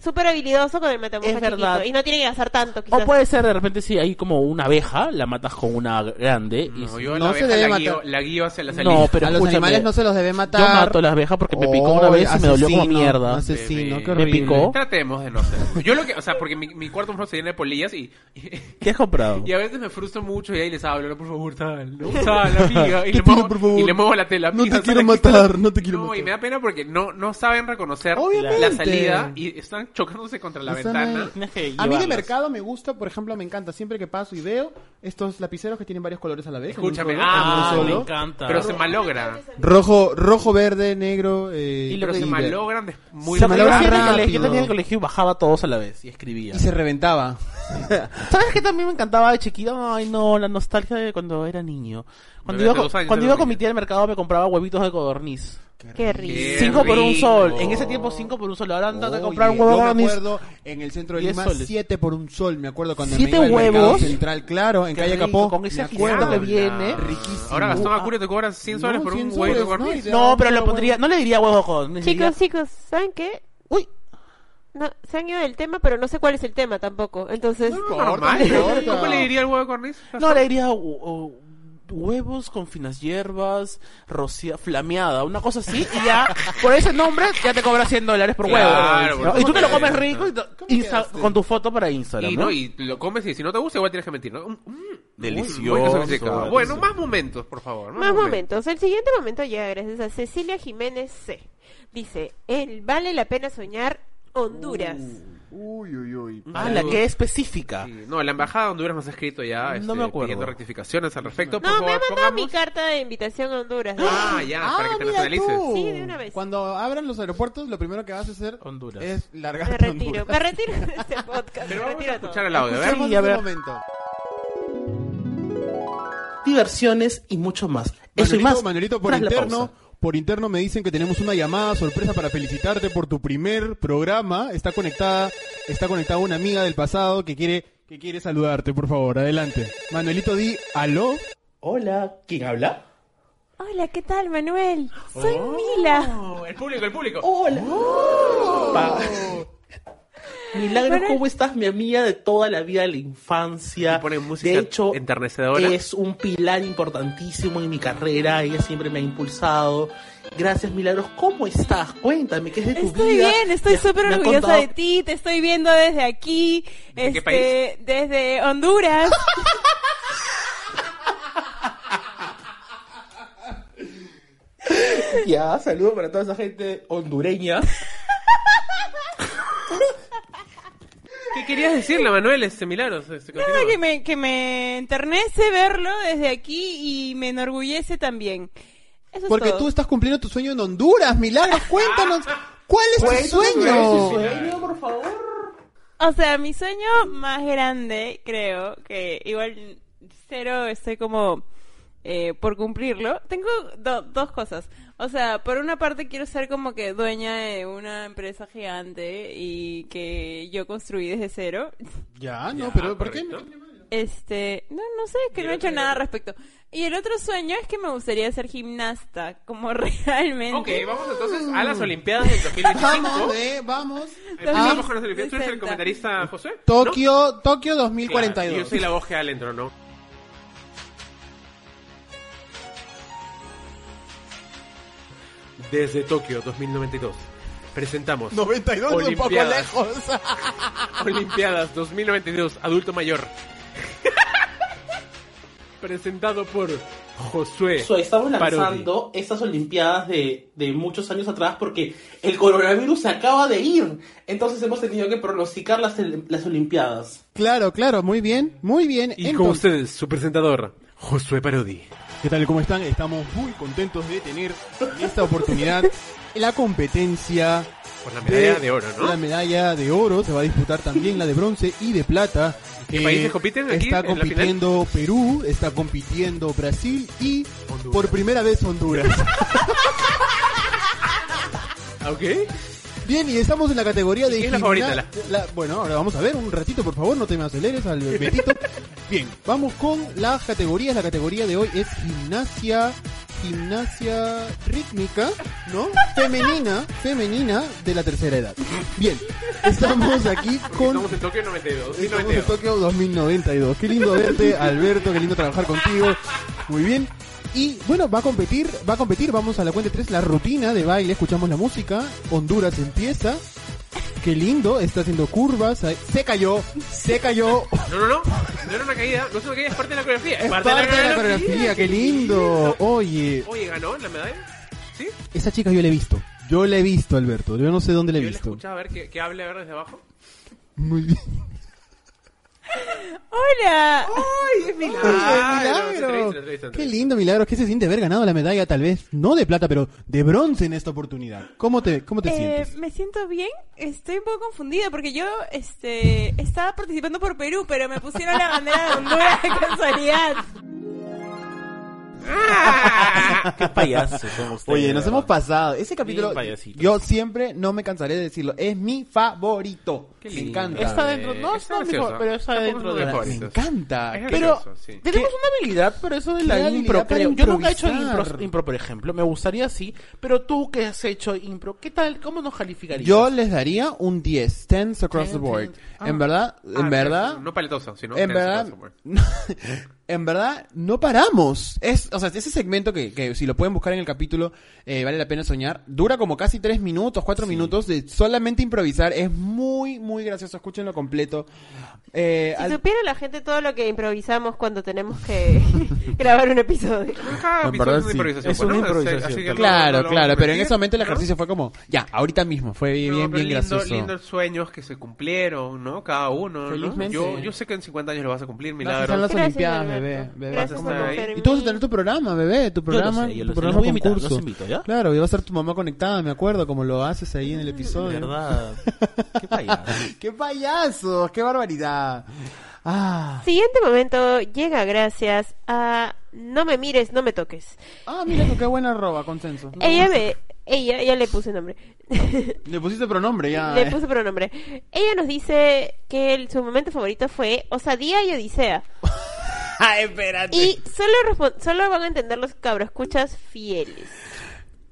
súper habilidoso con el matamosca
Es
chiquito.
verdad.
Y no tiene que gastar tanto, quizás.
O puede ser de repente si hay como una abeja, la matas con una grande y
No,
si-
yo a
No
la
se
abeja
debe
la
matar.
guío, la guío hacia la salida.
No, pero
a los
escúchame,
animales no se los debe
Yo
matar.
mato las abejas porque me picó una
Oy,
vez y me dolió como
asesino,
mierda.
Asesino, qué
Bebé.
Me picó.
horrible.
Tratemos de no ser. Yo lo que, o sea, porque mi, mi cuarto se llena de polillas y, y,
¿Qué has comprado?
y a veces me frustro mucho y ahí les hablo, no, por favor, tal, no, tal, amiga. Y
Te
le,
pido,
muevo,
por favor.
y le muevo la tela.
No te
amiga, sal
quiero
aquí, sal aquí.
matar, no te quiero
No, y
matar.
me da pena porque no, no saben reconocer
Obviamente.
la salida y están chocándose contra la
Están
ventana.
ahí.
Tienes que
A mí de
llevarlas.
mercado me gusta, por ejemplo, me encanta. Siempre que paso y veo estos lapiceros que tienen varios colores a la vez. en un
Escúchame,
solo,
ah,
en un
me
solo.
encanta.
Pero se malogra.
Rojo, rojo, verde, negro. Eh,
Y lo
Pero
que
se
verde.
malogran des- muy
Lo
me
que
rápido.
logra
yo hacía en el
rápido.
colegio- Yo tenía en el colegio y bajaba todos a la vez y escribía.
Y se reventaba.
¿Sabes qué también me encantaba de chiquito? Ay, no, la nostalgia de cuando era niño. Cuando iba,
Bebé, hace
con-
dos años
cuando
era
iba con mi
niño.
tía al mercado me compraba huevitos de codorniz.
Qué rico.
Qué
cinco por un
rico.
sol. En ese tiempo cinco por un sol. Ahora anda a comprar un
Oye,
huevo de
yo me
codorniz.
acuerdo en el centro de
Diez
Lima,
soles.
siete por un sol, me acuerdo cuando
¿Siete
me iba al mercado
huevos?
central, claro, en
Qué
calle
rico,
Capó.
Con ese
me
agitado que
acuerdo.
viene.
Ahora Gastón Acurio te cobran 100 soles
No,
por
100
un huevo de
soles,
codorniz.
y te
No,
daban
pero le
huevo.
pondría, no le diría huevo de codorniz. le diría-
Chicos, chicos, ¿saben qué?
Uy,
No, se han ido del tema, pero no sé cuál es el tema tampoco. Entonces,
Normal.
importa.
¿Cómo le diría el huevo de codorniz?
No, le diría hu- hu- huevos con finas hierbas, rocía, flameada, una cosa así, y ya, por ese nombre, ya te cobras 100 dólares por huevo.
Claro,
¿no?
bueno,
Y tú te lo comes
¿cómo
rico y te- Insta- con tu foto para Instagram.
Y
¿no?
no, y lo comes y si no te gusta, igual tienes que mentir, ¿no? Mm, mm,
Delicioso.
muy sofisticado. Bueno, más momentos, por favor.
Más momentos. El siguiente momento llega gracias a Cecilia Jiménez C. Dice, él vale la pena soñar Honduras.
Uh,
Uy, uy, uy.
Ah, la que es específifica.
Sí, No, la embajada de Honduras nos ha escrito ya este,
No me acuerdo.
pidiendo rectificaciones al respecto. por
no, me ha
favor,
mandado
pongamos-
mi carta de invitación a Honduras.
Ah, ya, para que te nacionalices.
tú.
Sí, de una vez.
Cuando abran los aeropuertos, lo primero que vas a hacer
Honduras.
es largar
Me retiro, me retiro de este podcast.
Pero
me
vamos
retiro
a
todo.
escuchar el audio, a ver.
Sí, a ver.
momento.
Diversiones y mucho más. Eso y
Manuelito,
más.
Manuelito, por
tras la
interno,
pausa.
por interno me dicen que tenemos una llamada sorpresa para felicitarte por tu primer programa. Está conectada, está conectada una amiga del pasado que quiere, que quiere saludarte, por favor. Adelante. Manuelito, di aló.
Hola, ¿quién habla?
Hola, ¿qué tal, Manuel? Soy Mila.
Oh, el público, el público.
Hola. Pa- Milagros,
Bueno,
¿cómo estás? Mi amiga de toda la vida, de la infancia.
Y ponen música
de hecho,
enternecedora.
es un pilar importantísimo en mi carrera. Ella siempre me ha impulsado. Gracias, Milagros. ¿Cómo estás? Cuéntame, ¿qué es de tu
Estoy
vida?
bien, estoy
Me-
súper
me ha
orgullosa
contado-
de ti, te estoy viendo desde aquí,
¿Desde qué
este,
país?
desde Honduras.
Ya, saludos para toda esa gente hondureña.
¿Qué querías decirle, Manuel, este milagros? Este,
Nada,
continúa.
que me, que me enternece verlo desde aquí y me enorgullece también. Eso es
Porque
todo.
tú estás cumpliendo tu sueño en Honduras, Milagros. Cuéntanos, ¿cuál es tu
Sueño,
sueño?
sueño, por favor.
O sea, mi sueño más grande, creo, que igual cero estoy como eh, por cumplirlo. Tengo do- dos cosas. O sea, por una parte quiero ser como que dueña de una empresa gigante y que yo construí desde cero.
Ya,
Ah,
no, pero ¿por qué?
Este, no, no sé, es que no he hecho nada al respecto. Y el otro sueño es que me gustaría ser gimnasta, como realmente.
Ok, vamos entonces a las Olimpiadas del 2025.
Vamos, eh, vamos.
Empezamos con las Olimpiadas. ¿Tú eres el
60.
comentarista, José? ¿No?
Tokio, Tokio
Claro,
2042.
Yo soy la voz que da adentro, ¿no? Desde Tokio 2092 presentamos
92, un poco
Olimpiadas.
lejos.
Olimpiadas 2092 Adulto Mayor. Presentado por Josué.
So, estamos
Parodi.
lanzando estas Olimpiadas de, de muchos años atrás porque el coronavirus se acaba de ir. Entonces hemos tenido que pronosticar las, las Olimpiadas.
Claro, claro, muy bien, muy bien.
Y con
Entonces-
ustedes, su presentador, Josué Parodi.
¿Qué tal? ¿Cómo están? Estamos muy contentos de tener en esta oportunidad la competencia
Por la medalla de oro, ¿no?
La medalla de oro se va a disputar también la de bronce y de plata.
¿Qué
Eh,
países compiten aquí
Está
en la final?
compitiendo Perú, está compitiendo Brasil y por primera vez Honduras.
¿Ah, Ok.
Bien, y estamos en la categoría de...
¿Y quién es la
gimna-
favorita,
la- bueno, ahora vamos a ver un ratito, por favor, no te me aceleres al Betito. Bien, vamos con las categorías. La categoría de hoy es gimnasia, gimnasia rítmica, ¿no? Femenina, femenina de la tercera edad. Bien, estamos aquí con...
Estamos en Tokio 92. sí,
Estamos
92.
en Tokio 2092. Qué lindo verte, Alberto, qué lindo trabajar contigo. Muy bien. Y bueno, va a competir, va a competir, vamos a la cuenta 3, la rutina de baile, escuchamos la música, Honduras empieza. Qué lindo, está haciendo curvas, ahí- se cayó, se cayó,
No, no, no. No era una caída. No es una caída, es parte de la coreografía.
es parte de la coreografía, qué lindo. Oye,
Oye, ¿ganó la medalla? ¿Sí?
esa chica yo la he visto, yo la he visto, Alberto, yo no sé dónde la he
Yo la he
visto.
escuchado, a ver, que, que hable a ver desde abajo.
Muy bien.
¡Hola!
Milagro, entrevista,
milagro.
entrevista,
Qué
entrevista.
lindo milagro, que se siente haber ganado la medalla, tal vez no de plata, pero de bronce en esta oportunidad. ¿Cómo te, cómo te
Eh,
sientes?
me siento bien, estoy un poco confundida porque yo este, estaba participando por Perú, pero me pusieron la bandera de Honduras de casualidad.
Qué payaso son ustedes.
Oye, nos
de
hemos
verdad.
pasado. Ese capítulo,
payasito.
yo siempre no me cansaré de decirlo, es mi favorito.
Qué
Me
lindo.
encanta.
Está dentro, no,
Está
está
graciosa.
mejor, pero está
Tampoco
dentro
es
de
una
la...
mejor.
Me
Entonces,
encanta.
Es
Pero
gracioso, sí.
Tenemos una habilidad, pero eso de
Una
la
habilidad
impro,
para
creo. Yo nunca he hecho
improvisar.
impro, impro, por ejemplo. Me gustaría sí, pero tú que has hecho impro, ¿qué tal? ¿Cómo nos calificarías?
yo les daría un 10, tens across the
Ten,
board.
ten.
En verdad,
Ah,
en verdad,
No paletoso, sino.
en verdad,
pues.
en verdad, no paramos. Es, o sea, ese segmento que, que si lo pueden buscar en el capítulo, eh, vale la pena soñar. Dura como casi tres minutos, cuatro minutos de solamente improvisar. Es muy, muy gracioso. Escúchenlo completo. Eh,
Si
al-
supiera la gente todo lo que improvisamos cuando tenemos que grabar un episodio.
Cada
En
episodio es
verdad,
una
sí.
improvisación.
Es una
pues, ¿no? Así-
improvisación,
así que no-
claro,
no lo
claro.
vamos a
Pero en
mentir,
ese momento el
¿no?
ejercicio fue como, ya, ahorita mismo. Fue bien,
No,
bien,
pero
bien
lindo,
gracioso.
Lindos sueños que se cumplieron, ¿no? Cada uno. ¿no?
Felizmente.
Yo, yo sé que en 50 años lo vas a cumplir,
Gracias
milagro.
a las
Gracias,
Olimpiadas,
Alberto.
bebé. bebé.
Gracias
Vas a
por
estar ahí.
confermir.
Y tú vas a tener tu programa, bebé. Tu programa,
yo
tu
lo sé.
programa
Los voy a invitar,
concurso.
los invito, ¿ya? Mm,
Claro, y vas a ser tu mamá conectada, me acuerdo, como lo haces ahí en el episodio.
¿Verdad? Qué payaso.
¡Qué payasos! ¡Qué barbaridad! Ah,
Siguiente momento llega gracias a No me mires, no me toques.
ah mira, tú, qué buena roba, consenso.
Ella me... Ella, ya le puse nombre.
Le pusiste pronombre ya.
Le
eh.
puse pronombre. Ella nos dice que el- su momento favorito fue Osadía y Odisea.
Ay, espérate.
Y solo, respon- solo van a entender los cabroescuchas fieles.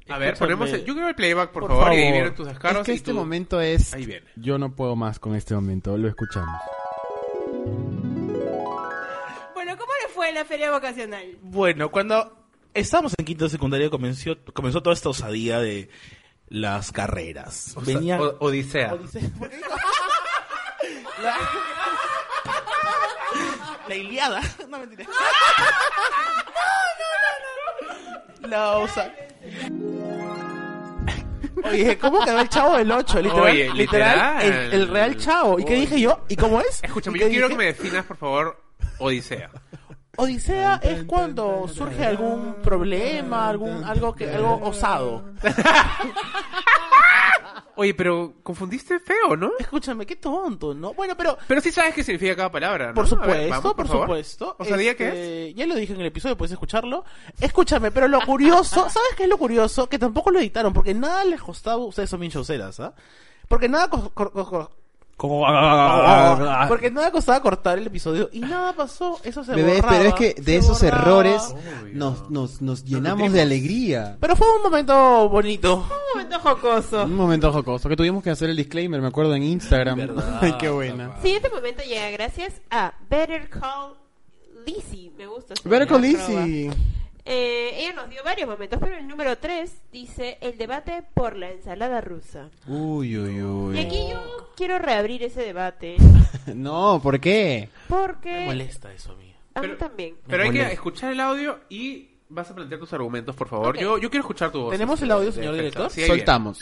A ver,
Escúchame.
ponemos. el- Eh, Yo quiero el playback, por,
Por
favor, y ahí
favor.
vienen tus descargos.
Es que
y
este
tu-
momento es.
Ahí viene.
Yo no puedo más con este momento, lo escuchamos.
Bueno, ¿cómo le fue en la feria vocacional?
Bueno, cuando estábamos en quinto de secundario comenzó, comenzó toda esta osadía de las carreras.
O sea,
Venía...
o- Odisea.
La... La Iliada. No, mentira. No, no, no, no. La osa... Oye, ¿cómo quedó el chavo del 8? Literal,
Oye,
literal,
literal.
El, el real chavo. ¿Y qué dije yo? ¿Y cómo es?
Escúchame,
¿Y
yo
qué
quiero que
dije?
me definas, por favor, Odisea.
Odisea es cuando surge algún problema, algún algo que algo osado.
Oye, pero confundiste feo, ¿no?
Escúchame, qué tonto, ¿no? Bueno, pero
Pero sí sabes qué significa cada palabra, ¿no?
por
A
supuesto,
ver, vamos,
por,
favor.
supuesto.
O sea, ¿día
este,
qué es?
Ya lo dije en el episodio, puedes escucharlo. Escúchame, pero lo curioso, ¿sabes qué es lo curioso? Que tampoco lo editaron, porque nada les costaba, ustedes son bien showceras, ¿ah? Porque nada co- co- co- co-
Ah,
ah, porque nada costaba cortar el episodio y nada pasó, eso se
Bebés,
borraba,
pero es que
se
de esos
borraba.
errores nos, nos, nos llenamos de alegría.
Pero fue un momento bonito.
Un momento jocoso.
Un momento jocoso, que tuvimos que hacer el disclaimer, me acuerdo, en Instagram.
Verdad,
Ay, qué buena.
Siguiente momento llega gracias a Better Call Lizzie. Me gusta. su
Better Call
arroba.
Lizzie.
Eh, ella nos dio varios momentos, pero el número 3 dice el debate por la ensalada rusa.
Uy, uy,
Y
uy.
aquí yo quiero reabrir ese debate
No, ¿por qué?
Me
porque
molesta eso a mí.
a mí
Pero-
también.
Pero hay que
molesta.
escuchar el audio y vas a plantear tus argumentos, por favor.
Ok.
Yo, yo quiero escuchar tu voz.
¿Tenemos
este,
el audio,
de
señor
defensa.
director?
Sí, ahí viene.
Soltamos.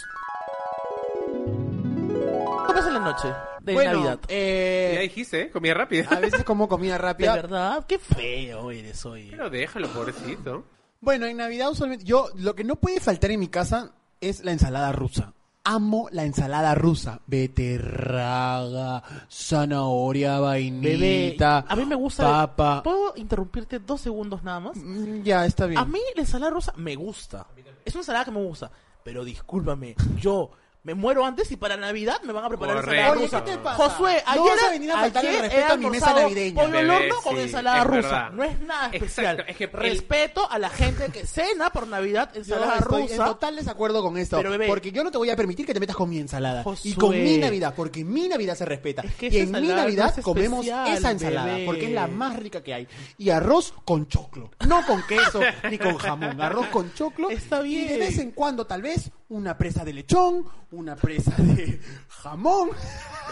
¿Qué pasa en la noche de Navidad?
eh,
Ya dijiste, ¿eh? Comida rápida.
A veces como comida
De
rápida.
verdad, qué feo eres hoy.
Pero déjalo, pobrecito.
Bueno, en Navidad usualmente yo lo que no puede faltar en mi casa es la ensalada rusa. Amo la ensalada rusa. Beterraga, zanahoria,
Bebé,
vainita.
a mí me gusta.
Papa.
¿Puedo interrumpirte dos segundos nada más?
Mm, Ya, está bien.
A mí la ensalada rusa me gusta. Es una ensalada que me gusta. Pero discúlpame, yo me muero antes y para Navidad me van a preparar
Correcto.
ensalada
Oye,
rusa.
¿qué te
pasa?
Josué,
No
ayer,
vas a venir a faltarle
ayer
el respeto
he
a mi mesa
almorzado
navideña.
Pollo al
Bebé,
horno con
sí,
ensalada
es
rusa.
verdad.
No es nada especial.
Exacto, es que eh, el-
Respeto a la gente que cena por Navidad
Yo
ensalada
estoy en
rusa.
total desacuerdo con esto.
Pero, bebé.
porque yo no te voy a permitir que te metas con mi ensalada.
Josué.
Y con mi Navidad, porque mi Navidad se respeta.
Es que
y
esa
en mi
ensalada
Navidad
no es
comemos
especial,
esa ensalada,
bebé.
porque es la más rica que hay. Y arroz con choclo. No con queso ni con jamón. Arroz con choclo.
Está bien.
Y de vez en cuando, tal vez, una presa de lechón, una presa de jamón.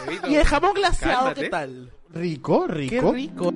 Bebito.
Y el jamón glaseado,
Cálmate.
¿qué tal?
Rico,
Qué
rico.
rico.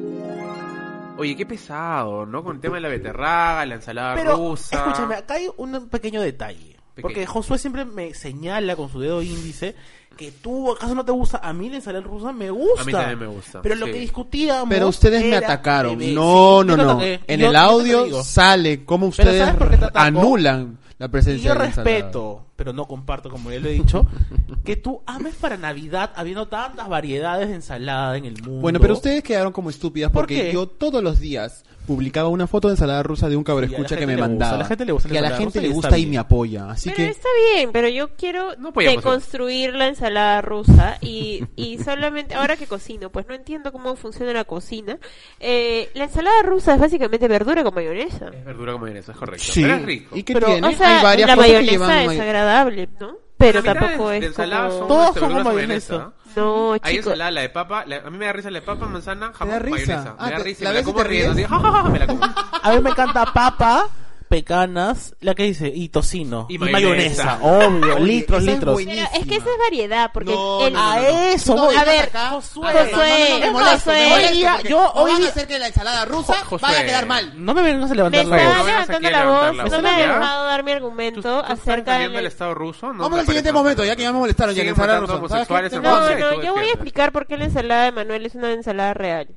Oye, qué pesado, ¿no? Con el tema de la beterraga, la ensalada
Pero
rusa.
escúchame, acá hay un pequeño detalle. Porque Josué siempre me señala con su dedo índice que tú acaso no te gusta. A mí la ensalada rusa me gusta.
A mí también me gusta,
Pero lo
sí.
que discutíamos.
Pero ustedes me
era-
atacaron.
Bebé,
No,
sí,
no,
yo te
no.
ataqué.
En
Yo-
el
yo te lo
audio
digo.
sale
Pero
cómo ustedes
¿sabes por qué te atacó?
anulan la
Y
presencia
yo
de la ensalada.
respeto, pero no comparto, como ya lo he dicho, que tú ames para Navidad habiendo tantas variedades de ensalada en el mundo.
Bueno, pero ustedes quedaron como estúpidas
¿Por
porque
qué?
yo todos los días publicaba una foto de ensalada rusa de un cabro
Y a la
escucha que
gente
me
le gusta,
mandaba.
a la gente le gusta la
Y a la
ensalada
gente
rusa
le
y está
gusta y
bien.
me apoya. Así
Pero
que
está bien, pero yo quiero
No apoyamos eso.
deconstruir la ensalada rusa y, y solamente, ahora que cocino, pues no entiendo cómo funciona la cocina. Eh, la ensalada rusa es básicamente verdura con mayonesa.
Es verdura como viene, eso es correcto.
sí.
Pero es rico.
¿Y qué
Pero,
tiene?
o sea,
Hay varias
la
cosas que
mayonesa
llevan
es
may-
agradable, ¿no? Pero
La mitad
tampoco
de-
es
de ensalada
como...
son
Todos
este, verduras
como
con
mayonesa.
mayonesa,
No,
Hay
chicos.
ensalada, la de papa. la- a mí me da risa la de papa, manzana, jamón,
da risa?
mayonesa.
Ah,
me da
te-
risa, y
la
me la
ves y
como
te
riendo. digo,
ríes.
"Ja, ja, ja", me la como.
A mí me encanta papa, pecanas, la que dice, y tocino.
Y
Y,
mayonesa.
mayonesa, obvio,
Oye,
litros,
esa es
litros.
buena.
Pero es que esa es variedad, porque
No,
el-
no, no,
A
no.
eso,
No,
voy.
yo
A ver,
acá-
Josué.
No, no, no,
Josué,
no, me molesto, me
Josué.
molesto,
Hoy día-
porque
yo
no
hoy
van a
día-
hacer que la ensalada rusa
Jo-
vaya a
Josué.
quedar mal.
No me vengas a
me
levantar la
estaba
voz.
Bueno,
levantando
aquí
la
levantar la
voz, no
voz,
me ha
¿ya?
dejado dar mi
¿Tú,
argumento
tú estás
acerca
defendiendo el
del...
Estado ruso? No,
Vamos al
me
siguiente
parece.
momento, ya que ya me molestaron, ya
Siguen
que ensalada
matando
rusa. ¿Sabes qué?
homosexuales en
Tenemos-
No,
Entonces,
no,
tú
yo voy a
defiendes.
explicar por qué la ensalada de Manuel es una ensalada real.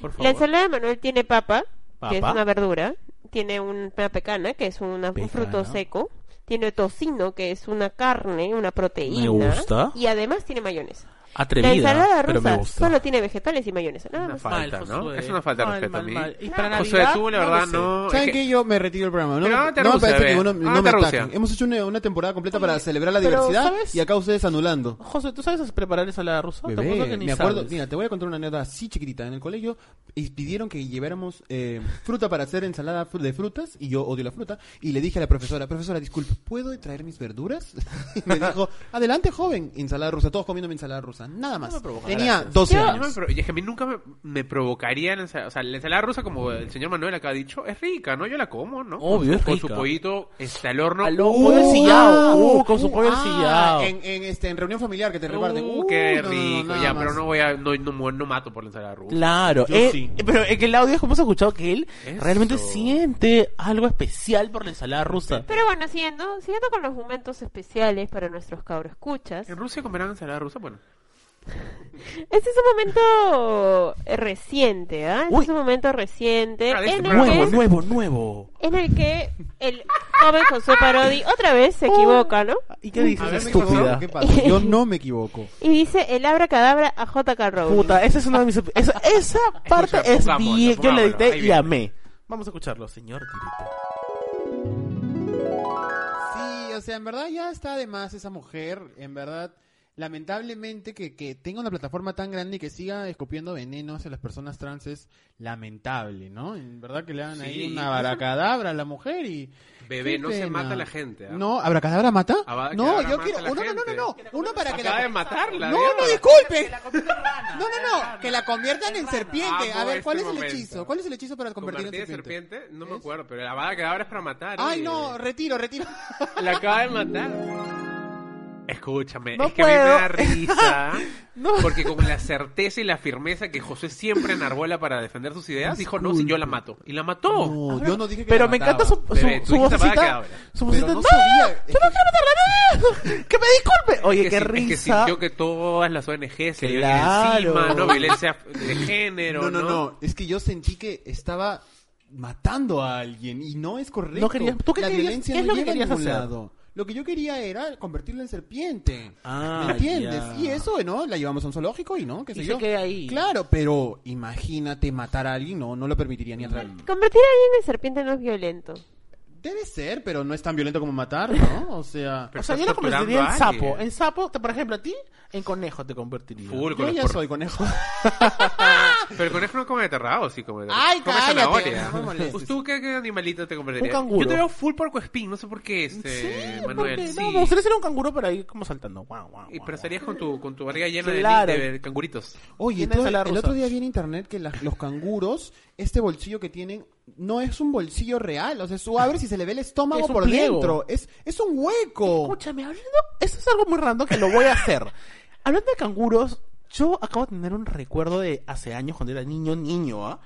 Por favor.
La ensalada de Manuel tiene papa, que es
Papa.
una verdura, tiene un- una pecana, que es una- un fruto
Pecana.
seco, tiene tocino, que es una carne, una proteína,
gusta.
y además tiene mayonesa. la
Atrevida,
ensalada
pero me
rusa
gusta.
solo tiene vegetales y mayonesa, nada
Una
más.
falta,
Mal,
¿no?
Josué.
Es una falta de
Mal,
respeto.
mal, mal. Y
a mí.
para
Josué,
Navidad,
tú, la
no
verdad,
lo sé.
no. es
¿Saben
que-
qué? Yo me retiro del programa. No,
Pero
me-
ándate a
no me
Rusia,
parece que
ve.
uno, no
Ándate
me
a Rusia.
ataquen. Hemos hecho una, una temporada completa para celebrar la
pero,
diversidad
¿sabes?
y acá ustedes anulando.
José, ¿tú sabes preparar ensalada rusa? Te apuesto
Bebé,
que ni
me acuerdo,
sabes.
mira, te voy a contar una anécdota así chiquitita. En el colegio y pidieron que lleváramos eh, fruta para hacer ensalada fru- de frutas y yo odio la fruta y le dije a la profesora, profesora, disculpe, ¿puedo traer mis verduras? Y me dijo, adelante joven, ensalada rusa, todos comiendo mi ensalada rusa, nada más.
me provoca,
Tenía
gracias.
12
Yo- yo me
años.
pro- y es que a mí nunca me, me provocaría la ensalada. O sea, la ensalada rusa, como el señor Manuel acá ha dicho, es rica, ¿no? Yo la como, ¿no?
Obvio,
Con su-
es
Con su
rica.
pollito este, al horno.
Al horno. pollo ensillado. Uh, con su pollo
ah,
ensillado.
En, en, este, en reunión familiar que te reparten.
Uh,
Uh,
qué
no, no, no,
rico.
nada
ya,
más.
pero no voy a. No, no, mu- no mato por la ensalada rusa.
Claro,
Yo
eh,
sí.
pero en el audio es como se ha escuchado que él
Eso.
realmente siente algo especial por la ensalada rusa.
Pero bueno, siguiendo, siguiendo con los momentos especiales para nuestros cabros escuchas.
¿En Rusia comerán ensalada rusa? Bueno.
Este es un momento eh, reciente, ¿ah? Este
Uy.
es un momento reciente
Ah, de este
en el,
programa.
Nuevo,
que,
nuevo, nuevo.
en el que el joven José Parodi otra vez se equivoca, ¿no?
¿Y qué
A
dices,
ver,
estúpida?
¿qué pasa? Yo no me equivoco.
Y dice el abracadabra a J.K. Rowling.
Puta, eh. esa es una de mis... Esa, esa parte es
pongámoslo,
bien... Yo la
pongámoslo, ahí
edité y
viene.
amé. Vamos a escucharlo, señor director.
Sí, o sea, en verdad ya está de más esa mujer, en verdad. Lamentablemente que, que tenga una plataforma tan grande y que siga escupiendo veneno hacia las personas trans es lamentable, ¿no? En verdad que le dan ahí
Sí. pues,
una baracadabra a la mujer y...
Bebé,
qué
no se
pena.
mata a la gente. ¿ah?
No, ¿abracadabra mata?
Abracadabra
no, yo
mata
quiero...
a la
uno- no, no,
gente.
no, no, uno para que
Acaba de
la...
matarla.
No,
diablo.
no, disculpe. No, no, no, que la conviertan en serpiente. A
Amo
ver, ¿cuál
este
es el
momento.
hechizo? ¿Cuál es el hechizo para
¿Convertir
convertirla en serpiente?
serpiente? No me acuerdo, pero la bala que ahora es para matar. eh.
Ay,
oye.
no, retiro, retiro.
La acaba de matar. Escúchame,
No
es que a mí me
puedo.
da risa. Porque con la certeza y la firmeza que José siempre enarbola para defender sus ideas, dijo, no, si yo la mato. Y la mató.
No, yo no dije que
Pero
la
me encanta
mataba.
su, su,
Bebé, tú
su
dijiste
vocecita.
abracadabra.
Su
Pero
vocecita,
no
no,
sabía, es
yo no quiero matar a nadie. Que me disculpe. Oye,
Es
qué
que sí- es que
risa.
sintió que todas las ONG se le
Claro.
venían encima, ¿no? Violencia de género,
No,
¿no?
no, no. Es que yo sentí que estaba matando a alguien y no es correcto.
No querías- ¿tú qué
la
querías-
violencia
qué es
no
lo que
lleva a
querías
ningún
hacer?
lado. Lo que yo quería era convertirla en serpiente.
Ah,
¿Me entiendes?
ya.
Y eso, ¿no? La llevamos a un zoológico y no, qué sé
Y se
yo.
queda ahí.
Claro, pero imagínate matar a alguien, no, no lo permitiría ni a través.
Convertir a alguien en serpiente no es violento.
Debe ser, pero no es tan violento como matar, ¿no? O sea,
Pero
o sea, yo lo
estás torturando
convertiría
a
en sapo.
alguien.
En sapo, te- por ejemplo, a ti, en conejo te convertiría.
Full, con
yo
los
ya
por-
soy conejo.
Pero el conejo no come aterrado, sí come
Ay,
come
cállate,
zanahoria.
no me molestes.
¿Tú qué, qué animalito te convertirías?
Un canguro.
Yo te veo full por cuespín, no sé por qué, este,
Sí,
Manuel.
porque,
sí.
No, me gustaría ser un canguro para ir como saltando. Guau, guau,
Y
guau,
pero
guau.
estarías con tu, con tu barriga llena de-
Claro.
de, de canguritos.
Oye,
Tiene
todo-
sala
el
rusa.
otro día vi en internet que las- los canguros, este bolsillo que tienen, no es un bolsillo real. O sea, su abres y se le ve el estómago
Es un
por
pliego.
dentro. Es, es un hueco.
Escúchame, hablando. Eso es algo muy random que lo voy a hacer. hablando de canguros, yo acabo de tener un recuerdo de hace años cuando era niño, niño, ¿ah?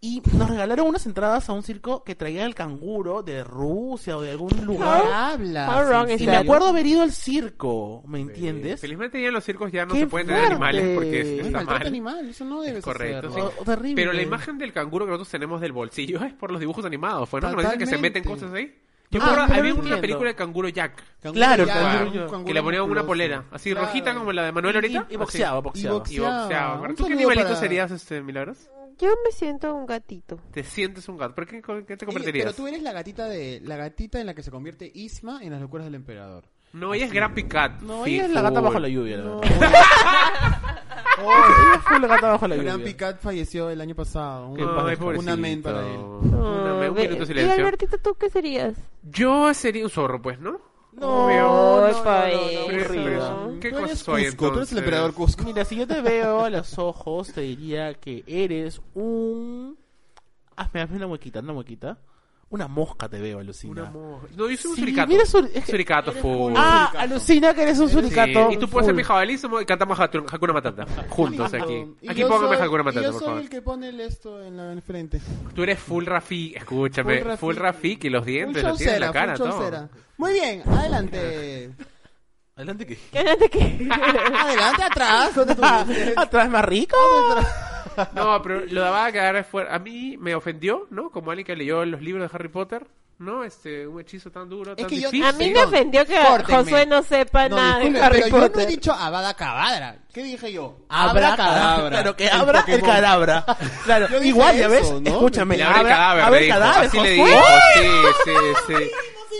Y nos regalaron unas entradas a un circo que traía el canguro de Rusia o de algún lugar.
Habla.
How wrong
Y
is
me
that?
acuerdo haber ido al circo, ¿me entiendes?
Eh, Felizmente ya en los circos ya no
¡Qué
se pueden tener
fuerte!
animales porque está mal.
animal, eso no debe
Correcto, sí.
Oh, terrible.
Pero la imagen del canguro que nosotros tenemos del bolsillo es por los dibujos animados. Fue ¿no? Que nos dicen que se
Totalmente.
meten cosas ahí. Yo
Ah,
me acuerdo,
pero
había
no
una
entiendo.
película de canguro Jack.
Claro,
ya,
canguro
un
yo.
canguro
que le ponían una
musculoso.
polera, así
Claro.
rojita como la de Manuel ahorita.
Y, y boxeaba,
Y
boxeaba.
Así. Y boxeaba.
boxeaba.
¿Tú qué
Un saludo
animalito
para-
serías, este, Milagros?
Yo me siento un gatito.
Te sientes un gato. ¿Por qué, qué te
Oye,
convertirías?
Pero tú eres la gatita de la gatita en la que se convierte Isma en las locuras del emperador.
No, ella es Grumpy Cat.
No,
Sí,
ella es la gata
full.
bajo la lluvia, la verdad. Ella fue la gata bajo la
Gran
lluvia.
Picat falleció el año pasado. Un,
Ay,
un
pobrecito.
amén para él.
Un amén, un
Oh, Ve-
minuto de
y
silencio.
Albertito, ¿tú qué serías? Oh,
Yo sería un zorro, pues, ¿no?
No,
no,
no,
pa'
no, no,
eso.
Pero- pero, ¿Qué
Tú eres
cosa soy
Cusco, tú eres el
entonces?
emperador Cusco.
Mira, si yo te veo a los ojos, te diría que eres un. Hazme, hazme una muequita, una muequita. Una mosca te veo, alucina.
Una mo- No, yo soy un
Sí,
suricato.
mira, sur- es que-
Suricato full.
Ah, alucina que eres un
Sí,
suricato.
Y tú puedes ser
full.
mi jabalí somos- y cantamos Hatu- Hakuna Matata. Juntos aquí.
Ah, Y
Aquí
yo
póngame
soy-
Hakuna
y
Matata,
Yo
por
soy
favor.
el que pone el esto en la en el frente.
Tú eres full Rafi, escúchame.
Full Rafik.
Full Rafi, que los dientes,
Full
los tienes en la
chaucera,
cara,
full
todo.
chaucera. Muy bien, adelante.
Adelante que.
¿Qué adelante qué?
adelante, atrás. ¿dónde tú dices?
Atrás más rico.
No, pero lo daba a quedar fuera. A mí me ofendió, ¿no? Como alguien que leyó los libros de Harry Potter, ¿no? Este, un hechizo tan duro, tan
que yo-
difícil.
A mí me
Perdón,
ofendió que
córtenme.
Josué no sepa
No,
nada
disculpe,
de Harry
pero yo no he
Potter.
dicho Avada Cadabra. ¿Qué dije yo?
Abra cadabra. Claro, que abra el, cadabra.
Yo
Claro,
dije
igual, ya
eso,
ves.
¿no?
Escúchame.
Le abre el cadáver,
abre
le
el
dijo.
cadáver,
Así le
Josué.
dijo. Sí, sí, sí.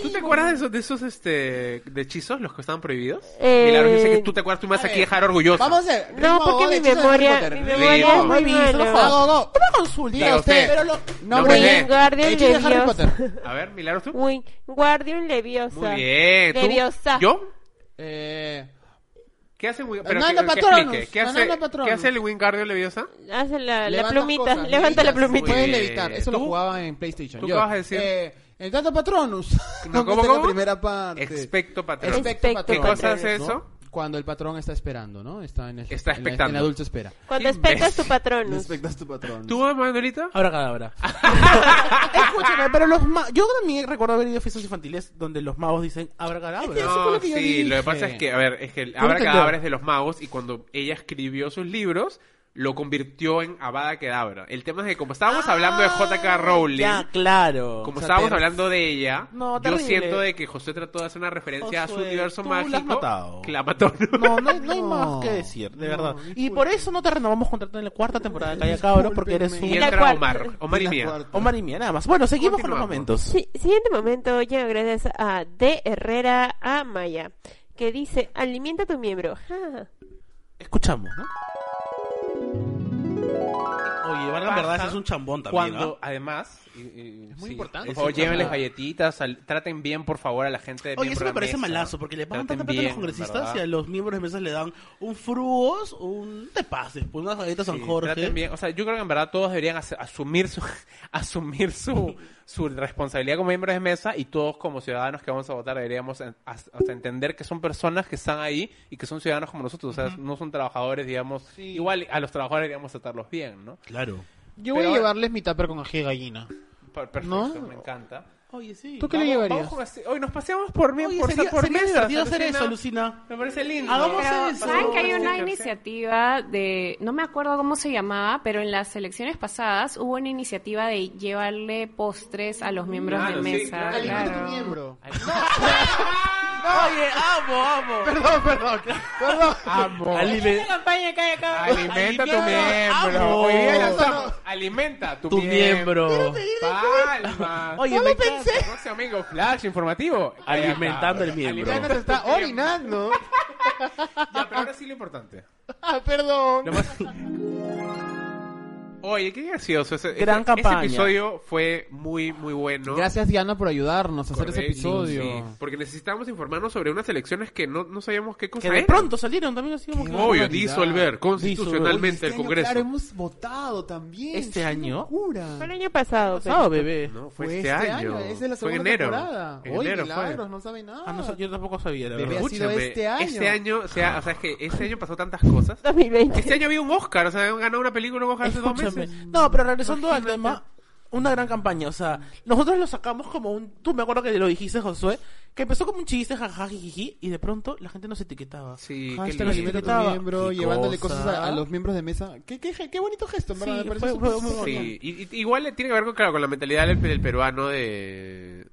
¿Tú te acuerdas de esos, de esos este, de hechizos, los que estaban prohibidos?
Eh,
Milagros, yo sé que tú te acuerdas, tú me vas
A
a
ver,
dejar orgulloso.
Vamos a ver.
No, porque mi memoria, mi memoria
Ritmo.
es muy
Muy bien,
mala.
solo
No, no, no.
Una consulta.
Diga usted.
Pero lo-
No,
No,
muy
que-
bien.
Wingardium
Hechizo de Harry
Leviosa.
Potter.
A ver, Milagros, tú.
Wingardium Leviosa.
Muy bien. ¿Tú?
Leviosa.
¿Yo?
Eh,
¿Qué hace Wingardio? Pero
Fernando
que- que
Patronus,
explique. ¿Qué
Fernando
hace,
Patronus.
¿Qué hace el Wingardio Leviosa?
Hace la, la
levantas
plumita,
cosas,
levanta la
levitas.
plumita.
Muy
Pueden
bien.
levitar. Eso lo
¿Tú?
jugaba en PlayStation.
¿Tú
Yo,
qué vas a decir?
eh, el dato Patronus.
No, ¿cómo,
Contesta la
cómo?
primera parte.
Expecto Patronus.
Expecto
Expecto
¿Qué
Patronus.
cosa hace
Patronus,
eso?
Cuando el patrón está esperando, ¿no? Está en el,
Está
en la- En
expectando.
la dulce espera.
Cuando expectas tu patronus.
expectas tu patrón.
¿Tú, Manuelita?
Ah,
Abra cadabra.
ah,
Escúchame, pero los ma Yo también recuerdo haber ido a fiestas infantiles donde los magos dicen abra cadabra.
Eso fue lo que yo
sí,
dije.
lo que pasa es que, a ver, es que el
Tú no
Abra
te
Cadabra
enteras.
es de los magos y cuando ella escribió sus libros, lo convirtió en Abada Kedabra. El tema es que como estábamos hablando de J.K. Rowling,
Ah,
Ya, claro.
como
o sea,
estábamos
te-
hablando de ella,
No,
yo
terrible.
siento de que José trató de hacer una referencia a su
Josué,
universo
tú la has
mágico.
matado.
Que la mató. ¿no?
No, no hay, no hay
No.
más que decir, de
No,
verdad. Y
disculpe.
por eso no te renovamos contrato en la cuarta temporada de Calla Cabros, porque eres
Discúlpenme.
Y
En la
un...
entra
cuarta.
Omar. Omar y
En la
Mía.
cuarta.
Omar y mía, nada más. Bueno, seguimos con los
Continuamos.
momentos.
Sí, siguiente momento llega gracias a D. Herrera Amaya, que dice, alimenta tu miembro. Ja, ja.
Escuchamos, ¿no? Oye, valga
Pasa
verdad, ese es un chambón también,
Cuando,
¿ah?
además, y- y-
Es muy
sí,
importante.
Por favor, llévenles galletitas, al- traten bien, por favor, a la gente. del
Oye, eso
miembro
me
de
parece
mesa.
malazo, porque le pagan
Traten
tanta plata a los
bien,
congresistas
¿verdad?
y a los miembros de mesas le dan un frugos, un te pases, pues unas galletas San
Sí,
Jorge.
traten bien. O sea, yo creo que en verdad todos deberían as- asumir su asumir su, su responsabilidad como miembros de mesa y todos como ciudadanos que vamos a votar deberíamos en- as- hasta entender que son personas que están ahí y que son ciudadanos como nosotros, o sea, no son trabajadores, digamos, igual a los trabajadores deberíamos tratarlos bien, ¿no?
Claro.
Yo voy
Pero-
a llevarles mi tupper con ají de gallina.
Per- Perfecto,
No.
me encanta.
Oye, sí.
¿Tú qué le llevarías?
Hoy nos paseamos por mí,
Oye,
por,
sería,
por
sería
mesas,
divertido hacer
alucina.
eso, Lucina.
Me parece lindo.
Hagamos
Pero-
eso.
¿Saben que hay una
Sí, sí, sí.
iniciativa de, no me acuerdo cómo se llamaba, pero en las elecciones pasadas hubo una iniciativa de llevarle postres a los miembros
Claro,
de
sí,
mesa?
claro.
Alimenta
claro.
tu miembro.
Oye, amo, amo.
Perdón, perdón. Perdón.
Amo.
Una campaña que hay acá.
Alimenta tu miembro.
amo.
Muy bien, lanzamos. Alimenta tu,
Tu miembro.
Palmas.
Oye, me pensé.
Próximo domingo, flash informativo.
Alimentando el miembro.
Ya no se está orinando.
Ya, pero ahora sí lo importante.
Ah, perdón.
Lo más- Oye, qué gracioso. Ese,
Gran
ese-
campaña.
Ese episodio fue muy, muy bueno.
Gracias Diana por ayudarnos a hacer
Correcto,
ese episodio.
sí, porque necesitábamos informarnos sobre unas elecciones que no, no sabíamos qué cosa
Que de
eran.
pronto salieron también así como
Qué
que-
Obvio,
barbaridad.
disolver constitucionalmente
Oye, este
el
año,
Congreso.
Claro, hemos votado también.
Este
¡Qué
año.
locura!
Fue el año pasado. pero-
Pasado, bebé.
No, fue, este, año.
Esa es la
fue en
segunda
enero.
temporada.
En
Oye,
enero fue.
milagros, no sabe nada.
Ah, no, yo tampoco sabía, la
Bebé.
verdad.
ha sido
Escúchame,
este año.
Este año, o sea, o sea, es que este año pasó tantas cosas.
2020.
Este año había un Oscar, o sea, han ganado una película, un Oscar hace dos
Escúchame.
meses.
No, pero regresando al tema, una gran campaña. O sea, nosotros lo sacamos como un. Tú me acuerdo que lo dijiste, Josué, que empezó como un chiste, jajaja, jijiji, y de pronto la gente nos etiquetaba.
Sí, qué
Hashtag
los
lindo.
alimenta tu
invitaba.
miembro,
Qué
llevándole
cosa.
cosas a, a los miembros de mesa. Qué, qué, qué bonito gesto, en ¿verdad?
Sí,
me parece
fue- fue
súper-
muy
súper
bonito.
Sí, y- y- igual tiene que ver con, claro, con la mentalidad del, del peruano de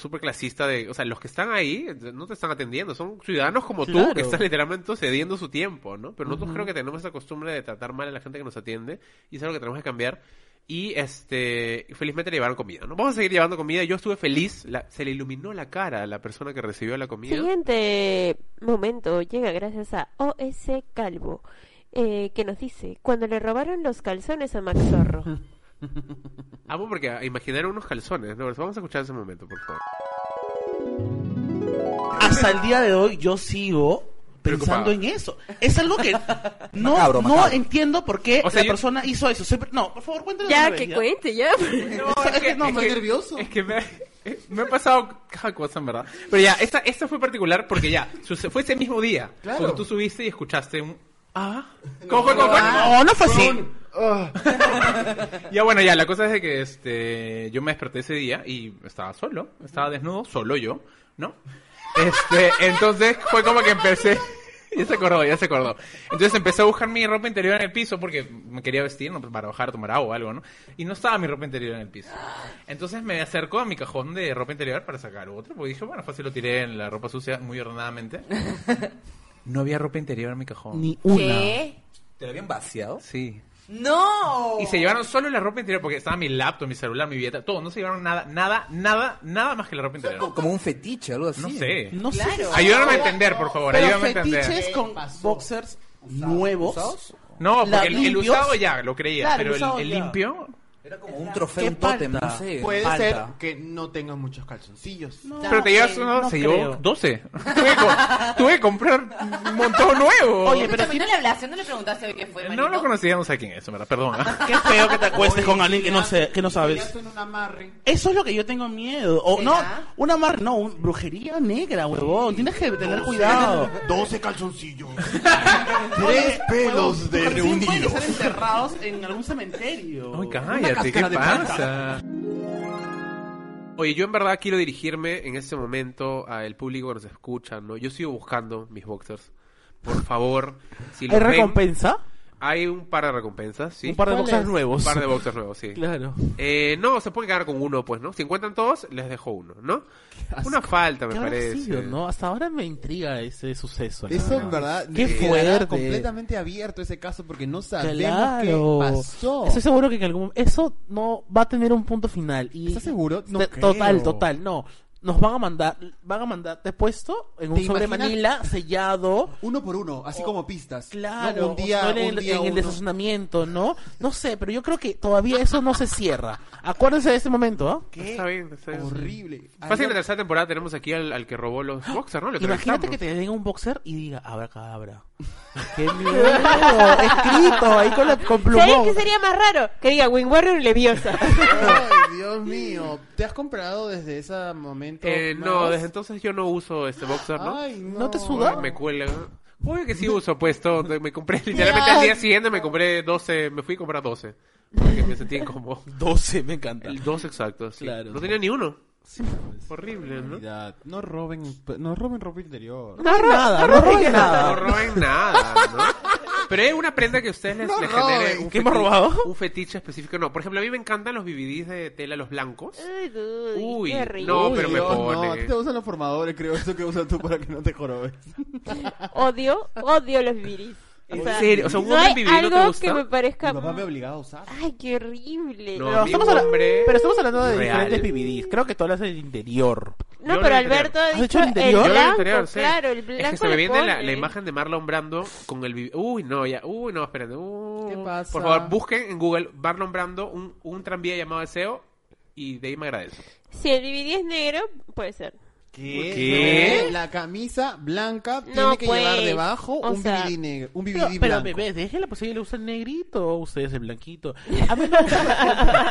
súper clasista de, o sea, los que están ahí no te están atendiendo, son ciudadanos como tú
Claro.
que están literalmente cediendo su tiempo, ¿no? Pero nosotros creo que tenemos esa costumbre de tratar mal a la gente que nos atiende y es algo que tenemos que cambiar. Y este, felizmente le llevaron comida, ¿no? Vamos a seguir llevando comida. Yo estuve feliz, la- se le iluminó la cara a la persona que recibió la comida.
Siguiente momento llega gracias a OS Calvo, eh, que nos dice, cuando le robaron los calzones a Maxorro.
Amo porque ah, imaginaron unos calzones, ¿no? Vamos a escuchar ese momento, por favor.
Hasta el día de hoy yo sigo pensando
Preocupado.
en eso. Es algo que no,
Macabro,
no
macabro.
entiendo por qué
O sea,
la
yo-
persona hizo eso. Siempre- No, por favor, cuéntanos.
Ya,
una vez,
que cuente, ya.
Es que no, me
nervioso.
Es que me, me ha pasado cada cosa, en verdad. Pero ya, esta, esta fue particular porque ya, su- fue ese mismo día.
Claro.
Porque tú subiste y escuchaste un... Ah. ¿Cómo fue? ¿Cómo fue?
Ah,
No, no fue así.
Ah. Ya bueno, ya, la cosa es de que este, yo me desperté ese día y estaba solo, estaba desnudo, solo yo, ¿no? Este, entonces fue como que empecé, ya se acordó, ya se acordó. Entonces empecé a buscar mi ropa interior en el piso porque me quería vestir, ¿no? Para bajar, tomar agua o algo, ¿no? Y no estaba mi ropa interior en el piso. Entonces me acerco a mi cajón de ropa interior para sacar otro, porque dije, bueno, fácil lo tiré en la ropa sucia muy ordenadamente. No había ropa interior en mi cajón.
Ni una.
¿Qué?
¿Te lo habían vaciado?
Sí.
¡No!
Y se llevaron solo la ropa interior porque estaba mi laptop, mi celular, mi billete, todo. No se llevaron nada, nada, nada, nada más que la ropa interior.
Como un fetiche, algo así.
No sé.
No sé.
Claro.
Ayúdame a entender, por favor.
Pero
Ayúdame a entender.
fetiches con boxers nuevos.
No,
la-
porque el, el
limpios.
usado ya lo creía,
Claro,
pero
el usado
el, el
ya.
limpio.
Era como un trofeo,
¿Qué
un tótem,
falta?
no sé.
Puede
falta.
ser que no tengan muchos calzoncillos.
Pero te llevas uno,
no
se
creo.
llevó 12. tuve, que co- tuve que comprar un montón nuevo.
Oye, pero
Escúchame, no le hablaste, no le preguntaste hoy qué fue,
no lo
manito?
conocíamos aquí en eso, ¿verdad? Perdona.
qué feo que te acuestes con alguien que no, sé, que no sabes.
en un amarre.
Eso es lo que yo tengo miedo. O no,
¿Será?
una mar, no, un- brujería negra, huevón. Tienes que tener cuidado.
12 calzoncillos. Tres pelos de
Recién pueden
reunidos.
estar enterrados en algún cementerio.
Oye, cállate, ¿qué pasa? Oye, yo en verdad quiero dirigirme en este momento al público que nos escucha, ¿no? Yo sigo buscando mis boxers. Por favor, si los
¿Hay
ven,
recompensa?
hay un par de recompensas, sí.
Un par de
¿Cuál
boxers
es?
nuevos.
Un par de boxers nuevos, sí.
Claro.
Eh, no, se pueden quedar con uno, pues, ¿no? Si encuentran todos, les dejo uno, ¿no? Una falta, me
¿Qué habrá
parece.
sido, no? Hasta ahora me intriga ese suceso. la
Eso en verdad
Qué
quedará
fuerte.
completamente abierto ese caso porque no sabemos
Claro.
qué pasó.
Estoy seguro que en algún eso no va a tener un punto final. Y
¿Estás seguro? No
Te-
creo.
total, total, no. Nos van a mandar, van a mandar, te he puesto en un
¿Te
sobre
imaginas?
manila sellado.
Uno por uno, así como pistas.
Claro,
Oh, ¿no? Un día,
o en el,
un día
en el
uno.
desazonamiento, ¿no? No sé, pero yo creo que todavía eso no se cierra. Acuérdense de ese momento, ¿ah?
Qué
Está bien, está bien.
Horrible.
Fácil, en la
Ayer-
tercera temporada tenemos aquí al, al que robó los boxers, ¿no? Lo
¡Ah! Imagínate
entrevistamos.
que te den un boxer y diga, abra cabra. ¡Qué miedo! Escrito ahí con, la, con
¿Sabes
plumón.
qué sería más raro? Que diga Wing Warrior Leviosa.
Ay, Dios mío. ¿Te has comprado desde ese momento?
Eh, no,
más?
desde entonces yo no uso este boxer, ¿no?
Ay, no.
¿No te suda?
Ay, me cuelga. Obvio que sí uso, pues, todo. Me compré, literalmente al día siguiente me compré 12, me fui a comprar 12. Porque me sentí incómodo.
12, me encanta.
El 12 exacto, sí.
Claro.
No tenía ni uno. pues. Horrible, ¿no?
No roben, no roben ropa interior.
No roben nada, no roben
No
nada.
roben nada, ¿no? Pero es una prenda que a ustedes les,
No
les
roben.
genere un,
¿Qué hemos
feti-
robado?
un fetiche específico. No, por ejemplo, a mí me encantan los BBDs de tela, los blancos. Uy,
Uy, qué rico.
no,
Uy,
pero me
Dios, No, a
pone.
ti te usan los formadores, creo, eso que usas tú para que no te jorobes.
Odio, odio los viris. O
¿En
sea,
serio? O sea, ¿un
no
hombre
hay
BBD no te
algo
gusta?
que me parezca...
Mi papá me obligaba a usar.
Ay, qué horrible.
No,
No,
a
no,
mí
estamos
un
habla-
hombre-
Pero estamos hablando de
Real.
diferentes BBDs. Creo que todas las del interior.
yo
pero
lo
Alberto ha
¿Has
dicho
hecho
el,
el interior?
Yo lo
blanco,
interior, sí.
claro, el blanco
Es que se me
le
viene la,
pone.
la imagen de Marlon Brando con el... BB Uy, no, ya. Uy, no, espérate. Uy.
¿Qué pasa?
Por favor, busquen en Google Marlon Brando un, un tranvía llamado Deseo y de ahí me agradezco.
Si el DVD es negro, puede ser.
¿Qué?
La camisa blanca
No,
tiene que
pues,
llevar debajo
o
un
sea-
BBD negro, un
Pero,
BBD
pero
blanco.
bebé, déjenla, pues ella le usa el negrito, ustedes el blanquito. A mí me gusta.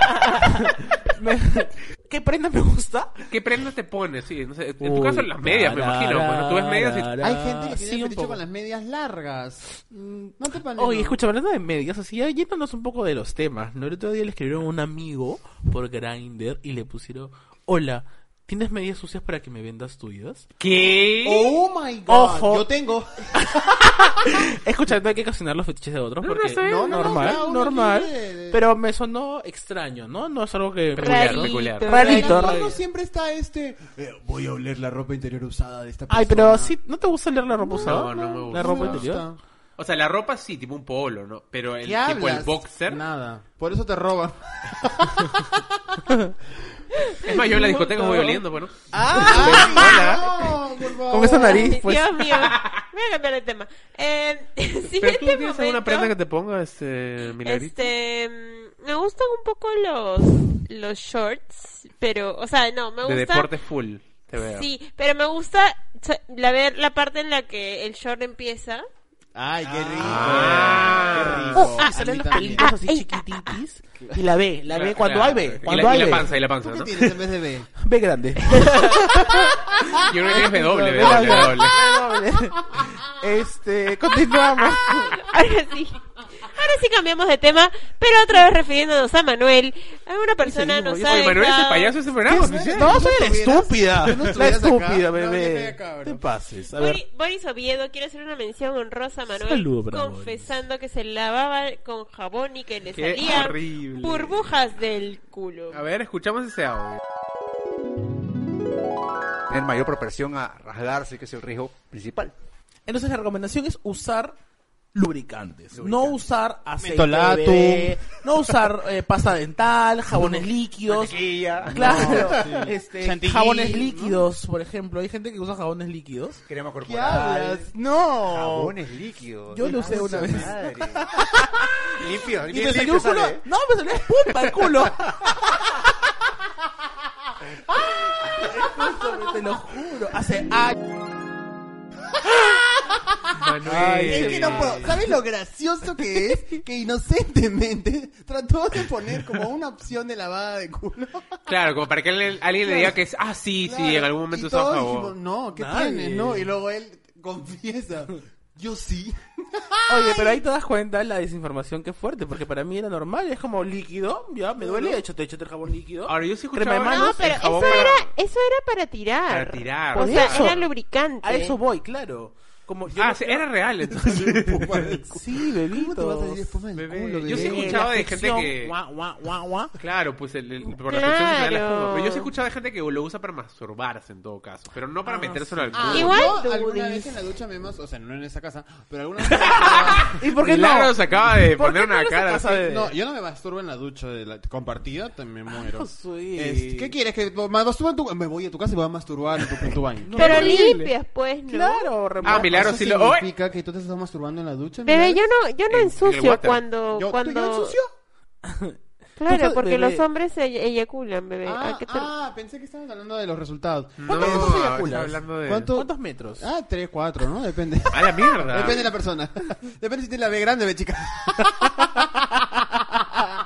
¿Qué prenda me gusta?
¿Qué prenda te pones? Sí, no sé, en tu
Uy,
caso las medias, me
tarara,
imagino. Cuando tú ves medias y... Ah,
Hay gente que
Sí,
tiene
un
fetiche
poco.
con las medias largas. Mm, No te panes.
Oye,
no.
escucha, hablando de medias, así ya yéndonos un poco de los temas, ¿no? El otro día le escribieron a un amigo por Grindr y le pusieron, hola, ¿tienes medias sucias para que me vendas tuyas?
¿Qué?
Oh my god.
Ojo.
Yo tengo.
Escucha, no hay que cocinar los fetiches de otros porque
sé, no,
no,
normal,
cada uno
normal,
tiene-
pero me sonó extraño, ¿no? No es algo que...
Peculiar,
Rarito,
peculiar.
Rarito,
Cada
rarito.
uno siempre está este. eh, voy a oler la ropa interior usada de esta persona.
Ay, pero sí, ¿no te gusta leer la ropa usada?
no me gusta.
La ropa
me
interior.
gusta.
O sea, la ropa sí, tipo un polo, ¿no? Pero el
¿Qué
tipo el
hablas?
boxer.
Nada. Por eso te roban.
Es más, yo en la discoteca voy oliendo, pues, bueno.
¡Ah! No, por favor.
Con esa nariz,
Ay,
pues...
Dios mío. Voy a cambiar de tema. Eh,
Pero tú
siguiente
tienes
momento.
alguna prenda que te ponga este milagrito.
Este, mm, me gustan un poco los los shorts, pero, o sea, no, Este, me
De
gusta.
deporte full, te veo.
Sí, pero me gusta o sea, la ver la parte en la que el short empieza.
Ay, qué rico.
Ah.
Qué rico.
Ah,
A
salen
mí
los
también.
pelitos así chiquititis y la ve, la ve cuando hay ve,
Y
cuando
la, y
hay
la
ve.
panza, y la
¿Tú
panza,
qué
¿no?
tienes en vez de B?
Ve grande.
Yo creo que es W,
Ve
W,
grande.
W.
Ve doble. Este, continuamos.
Ahora sí. Ahora sí cambiamos de tema, pero otra vez refiriéndonos a Manuel. Una persona
seguimos,
nos
y
ha
Oye, Manuel es el
dejado-
payaso de ese programa. oficial.
No, soy la
estuvieras-
estúpida.
si no
La
estuvieras acá,
estúpida,
no,
bebé.
qué fea, cabrón.
te pases. A
Bori-
ver.
Boris Oviedo quiere hacer una mención honrosa a Manuel,
Saludo para
confesando que se lavaba con jabón y que le
Qué
salían
horrible.
burbujas del culo.
A ver, escuchamos ese audio.
tener mayor proporción a rasgarse, que es el riesgo principal.
Entonces la recomendación es usar lubricantes, no usar aceite
Mentolatum.
de bebé, no usar eh, pasta dental, jabones líquidos, claro, este,
Chantilly,
jabones
¿no?
líquidos, por ejemplo, hay gente que usa jabones líquidos.
Crema
¿Qué
corporal.
hablas? No.
Jabones líquidos.
Yo lo usé
Ah,
una
su
vez.
madre. limpio,
Y
limpio.
me salió un culo.
sale, ¿eh?
No, me salió espuma el culo. Te lo juro. Hace años.
Manuel.
Es que no puedo. ¿Sabes lo gracioso que es? Que inocentemente trató de poner como una opción de lavada de culo.
Claro, como para que alguien, alguien le diga que es, ah, sí, sí, en algún momento
Y
usaba
todos
jabón.
dijimos, no, ¿qué
Nadie.
tienes? No, y luego él confiesa. Yo sí.
Oye, pero ahí te das cuenta la desinformación que es fuerte. Porque para mí era normal. Es como líquido. Ya, me duele. Échate, échate el jabón líquido.
Ahora, yo sí escuchaba
Crema de
Ah,
No,
manos.
sé,
pero eso
jabón para-
era, eso era para tirar.
Para tirar.
O
Por
sea,
eso.
era lubricante.
A eso voy, claro. Como yo
Ah,
no
sí,
creo-
era real, entonces.
Sí,
¿Cómo te
bebito.
vas a salir espuma del
Bebé,
culo, bebé?
yo
Eh,
sí escuchaba
la
de gente
fricción,
que-
guau, guau, guau, guau.
Claro, pues el, el- por
Claro.
la presión se da la espuma. Pero yo sí he escuchado de gente que lo usa para masturbarse en todo caso, pero no para metérselo al culo.
Ah,
Igual
yo
tú
alguna
dices.
vez en la ducha me mas... O sea, no en esa casa, pero alguna vez...
¿Y por qué
Milagro
no?
se acaba
¿Por qué
de poner
no
una
lo
cara
sacas
así.
a ver?
No, yo no me masturbo en la ducha de la compartida, te me muero.
sí.
Este, ¿Qué quieres? ¿Que me masturbe en tu... Me voy a tu casa y voy a masturbar en tu, en tu baño.
pero
horrible.
limpias, pues, ¿no?
Claro,
Ah,
remojo.
Milagro
¿Eso
sí lo... ¡Ay!
significa que tú te estás masturbando en la ducha?
Bebé,
Milagro?
yo no, yo no
En- en el
ensucio
water.
cuando,
Yo- ¿tú
cuando...
yo ensucio?
Tú
Claro,
estás-
porque
bebé.
los hombres se eyaculan, bebé. ¿A
Ah,
qué te-
ah, pensé que estabas hablando de los resultados.
No,
¿Cuánto tiempo
está
eyaculas?
hablando de... Ah,
¿Cuánto-
¿Cuántos metros?
Ah, tres, cuatro, ¿no? Depende.
¡A la mierda!
Depende de la persona. Depende si tiene la B grande, B chica.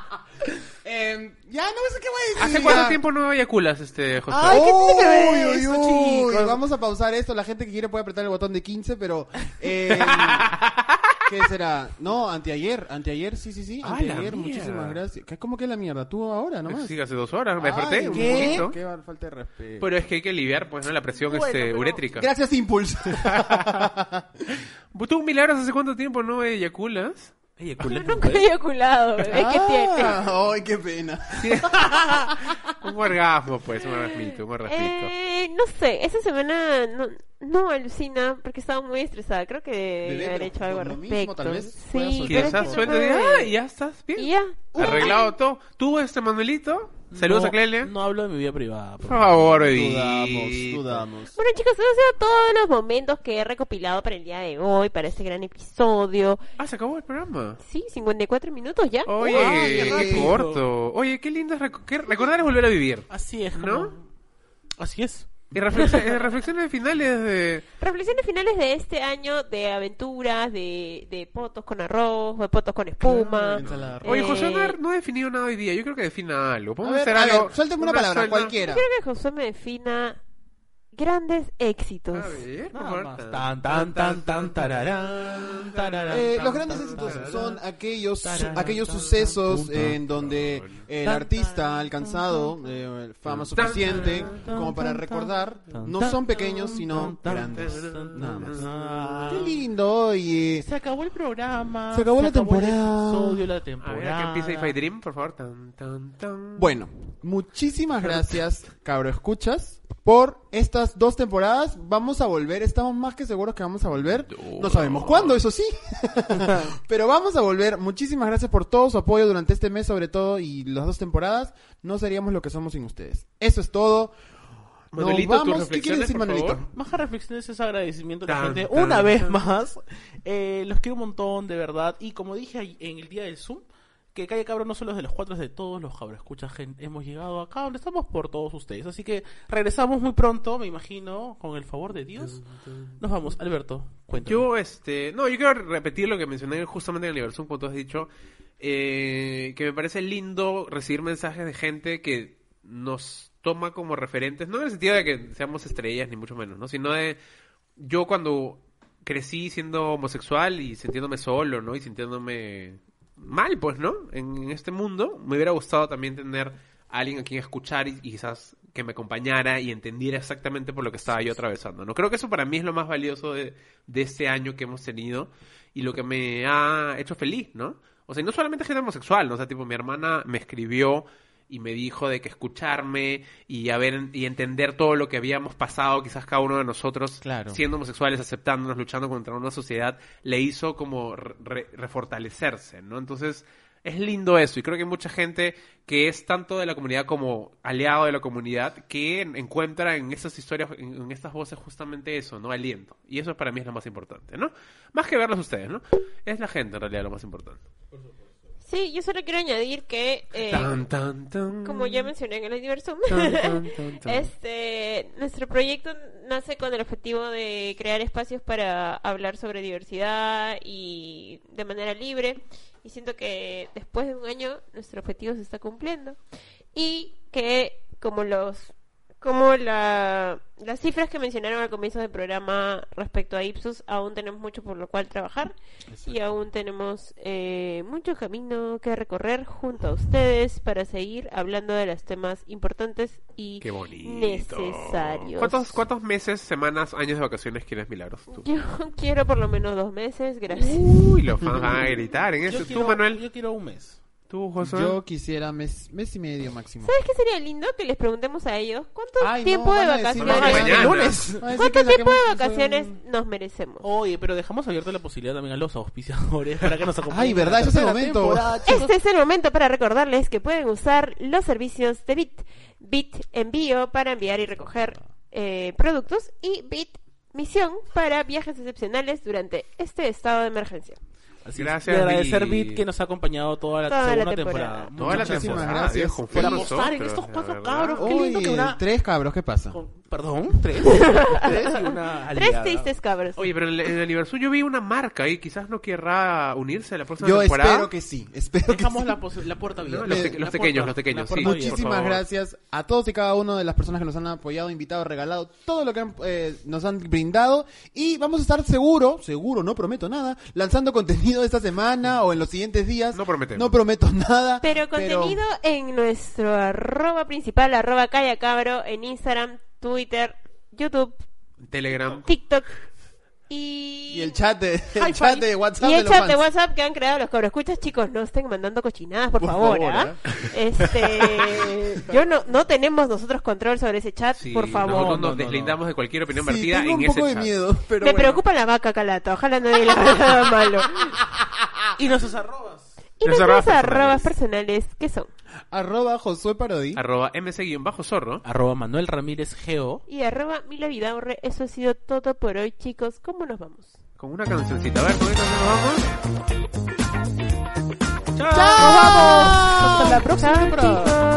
Em, ya, no sé qué voy a decir.
¿Hace cuánto
ya.
tiempo no eyaculas, este, José?
Ay, ¿qué tiene que ver
Uy,
eso,
uy, uy.
chicos?
Vamos a pausar esto. La gente que quiere puede apretar el botón de 15, pero. eh, em, ¿Qué será? No, anteayer, anteayer, sí, sí, sí,
Ah, la mierda.
anteayer, muchísimas gracias. ¿Qué- ¿Cómo que la mierda? ¿Tú ahora nomás?
Sí, hace dos horas, me
Ay,
desperté. un
¿Qué?
poquito.
Qué bar- falta de respeto.
Pero es que hay que aliviar, pues, ¿no? La presión
Bueno,
este,
pero-
urétrica. Pues,
Gracias, Impulse.
¿Tú, Milagros, hace cuánto tiempo no eyaculas?
Yo nunca
¿eh?
he eyaculado, bebé.
Ah.
¿Qué tiene?
Ay, qué pena.
Un orgasmo, pues, un orgasmito, un orgasmito.
Eh, no sé, esa semana no, no alucina porque estaba muy estresada. Creo que debe haber
pero
hecho algo al
por lo
respecto.
mismo, tal vez, puedas
sí,
soltar
pero es
Quizás
que no
suelte de,
me-
ah, ya estás bien.
Y ya.
Arreglado todo. ¿Tú, este Manuelito? Saludos
No,
a Clele. Ah.
No hablo de mi vida privada.
Por favor, bebito.
Dudamos, dudamos.
Bueno, chicos, esos han sido todos los momentos que he recopilado para el día de hoy, para este gran episodio.
Ah, se acabó el programa.
Sí, 54 minutos ya.
Oye,
Wow.
qué,
rápido.
corto. Oye, qué lindo es reco- qué- recordar es volver a vivir.
Así es, como-
¿No?
Así es.
Y reflex- eh, reflexiones finales de...
Reflexiones finales de este año de aventuras, de, de potos con arroz, de potos con espuma.
Ensalada.
Oye, José
Eh,
Anar no ha definido nada hoy día. Yo creo que defina algo.
A
Podemos
ver,
hacer
a
algo.
ver, suéltame una, palabra,
suelta-
Yo
cualquiera.
quiero que José me defina grandes éxitos.
A ver, por
Nada
favor.
más. Tan, tan, tan, tan, tararán, tararán,
Eh,
tan,
los grandes
tan,
éxitos
tararán.
son aquellos
tararán,
aquellos
tararán,
sucesos
tum,
en donde el artista ha alcanzado eh, fama suficiente como para recordar. No son pequeños, sino grandes. Nada más. Qué lindo, oye.
Se acabó el programa.
Se acabó la
el
temporada.
episodio, la
A
temporada.
ver, que empiece If I Dream, por favor. Tan, tan, tan.
Bueno, muchísimas gracias, cabro escuchas, por estas dos temporadas. Vamos a volver, estamos más que seguros que vamos a volver. No sabemos cuándo, eso sí. Pero vamos a volver. Muchísimas gracias por todo su apoyo durante este mes, sobre todo, y las dos temporadas. No seríamos lo que somos sin ustedes. Eso es todo. Nos
Manuelito, tus
vamos. ¿Qué quiere
reflexiones,
decir,
por
Manuelito?
favor.
Más que reflexiones es agradecimiento a la
Tan,
gente.
tan,
Una
tan.
vez más, eh, los quiero un montón, de verdad. Y como dije ahí en el día del Zoom, que Calle Cabro no solo es de los cuatro, es de todos los cabros. Escucha, gente, hemos llegado acá donde estamos por todos ustedes. Así que regresamos muy pronto, me imagino, con el favor de Dios. Nos vamos, Alberto, cuéntame.
Yo, este. No, yo quiero repetir lo que mencioné justamente en el Universum, como tú has dicho. eh, que me parece lindo recibir mensajes de gente que nos toma como referentes. No en el sentido de que seamos estrellas, ni mucho menos, ¿no? Sino de. Yo cuando crecí siendo homosexual y sintiéndome solo, ¿no? Y sintiéndome mal, pues, ¿no? En, en este mundo, me hubiera gustado también tener a alguien a quien escuchar y, y quizás que me acompañara y entendiera exactamente por lo que estaba yo atravesando, ¿no? Creo que eso para mí es lo más valioso de, de este año que hemos tenido y lo que me ha hecho feliz, ¿no? O sea, y no solamente gente homosexual, ¿no? O sea, tipo, mi hermana me escribió y me dijo de que escucharme y a ver y entender todo lo que habíamos pasado quizás cada uno de nosotros
Claro.
siendo homosexuales aceptándonos luchando contra una sociedad le hizo como re- re- refortalecerse no entonces es lindo eso y creo que hay mucha gente que es tanto de la comunidad como aliado de la comunidad que en- encuentra en esas historias en, en estas voces justamente eso no aliento y eso para mí es lo más importante no más que verlos ustedes no es la gente en realidad lo más importante
Sí, yo solo quiero añadir que, eh,
tan tan tan
como ya mencioné en el universo,
Tan, tan, tan, tan.
este, nuestro proyecto nace con el objetivo de crear espacios para hablar sobre diversidad y de manera libre. Y siento que después de un año nuestro objetivo se está cumpliendo. Y que como los como la, las cifras que mencionaron al comienzo del programa respecto a Ipsos, aún tenemos mucho por lo cual trabajar y aún tenemos eh, mucho camino que recorrer junto a ustedes para seguir hablando de los temas importantes y
Qué bonito.
necesarios.
¿Cuántos, ¿Cuántos meses, semanas, años de vacaciones quieres, Milagros? Tú?
Yo quiero por lo menos dos meses, gracias.
Uy, los fans van a gritar en
Yo
eso.
quiero-
Tú, Manuel.
Yo quiero un mes.
Tú, José.
Yo quisiera mes, mes y medio máximo.
¿Sabes qué sería lindo? Que les preguntemos a ellos cuánto
Ay, no,
tiempo de
van a decir-
vacaciones,
van a decir- Mañana.
Van a decir
¿cuánto
que
tiempo de
saquemos-
vacaciones nos merecemos.
Oye, pero dejamos abierta la posibilidad también a los auspiciadores para que nos acompañen.
Ay, verdad,
en la
ese es el
tercera
momento.
temporada, chicos.
Este es el momento para recordarles que pueden usar los servicios de Bit. Bit Envío para enviar y recoger eh, productos y Bit Misión para viajes excepcionales durante este estado de emergencia.
Así es.
Gracias,
Y agradecer,
Bit.
Bit, que nos ha acompañado toda la
Toda la
segunda
temporada.
temporada.
Toda la
Muchas
Muchísimas
temporada.
gracias.
Dios, confía
Por
en
apostar en
nosotros,
estos
la
cuatro
verdad.
cabros. Qué lindo que
Oye,
una-
tres cabros, ¿qué pasa?
con-
Perdón, tres. tres y una
Tres
aliada.
tristes cabros.
Oye, pero en el, en el universo yo vi una marca y quizás no querrá unirse a la próxima
Yo
temporada.
espero que sí. Espero que
Dejamos
sí.
la, pos- la puerta abierta.
No, los pe-
La
los
puerta-
pequeños, los
la
pequeños,
puerta
sí.
abierta.
Por
Muchísimas
favor.
gracias a todos y cada una de las personas que nos han apoyado, invitado, regalado, todo lo que han, eh, nos han brindado. Y vamos a estar seguro, seguro, no prometo nada, lanzando contenido esta semana o en los siguientes días.
No prometemos.
No prometo nada.
Pero contenido en nuestro arroba principal, arroba Calla Cabro, en Instagram, Twitter, YouTube,
Telegram.
TikTok y...
Y el chat de, el
Hi-Fi.
chat de WhatsApp
Y
de
el
los
chat de
fans.
WhatsApp que han creado los cabros. Escuchas, chicos, no estén mandando cochinadas, por,
Por
favor.
favor, ¿eh?
¿ah? Este, yo no, no tenemos nosotros control sobre ese chat,
Sí,
por favor.
Nosotros nos deslindamos de cualquier opinión
Sí,
vertida
tengo
en
un
ese
poco de
chat.
miedo, pero
Me
bueno.
preocupa la vaca calata, ojalá nadie le haga nada malo.
Y nuestros arrobas.
Y
Los arrobas
nuestras arrobas personales, ¿qué son?
Arroba Josué Parodi.
Arroba mc-zorro.
Arroba Manuel Ramírez Geo.
Y arroba Mila Vidaurre, eso ha sido todo por hoy, chicos. ¿Cómo nos vamos?
Con una cancioncita. A ver, ¿con qué canción nos vamos?
¡Nos vamos! ¡Hasta la próxima temporada!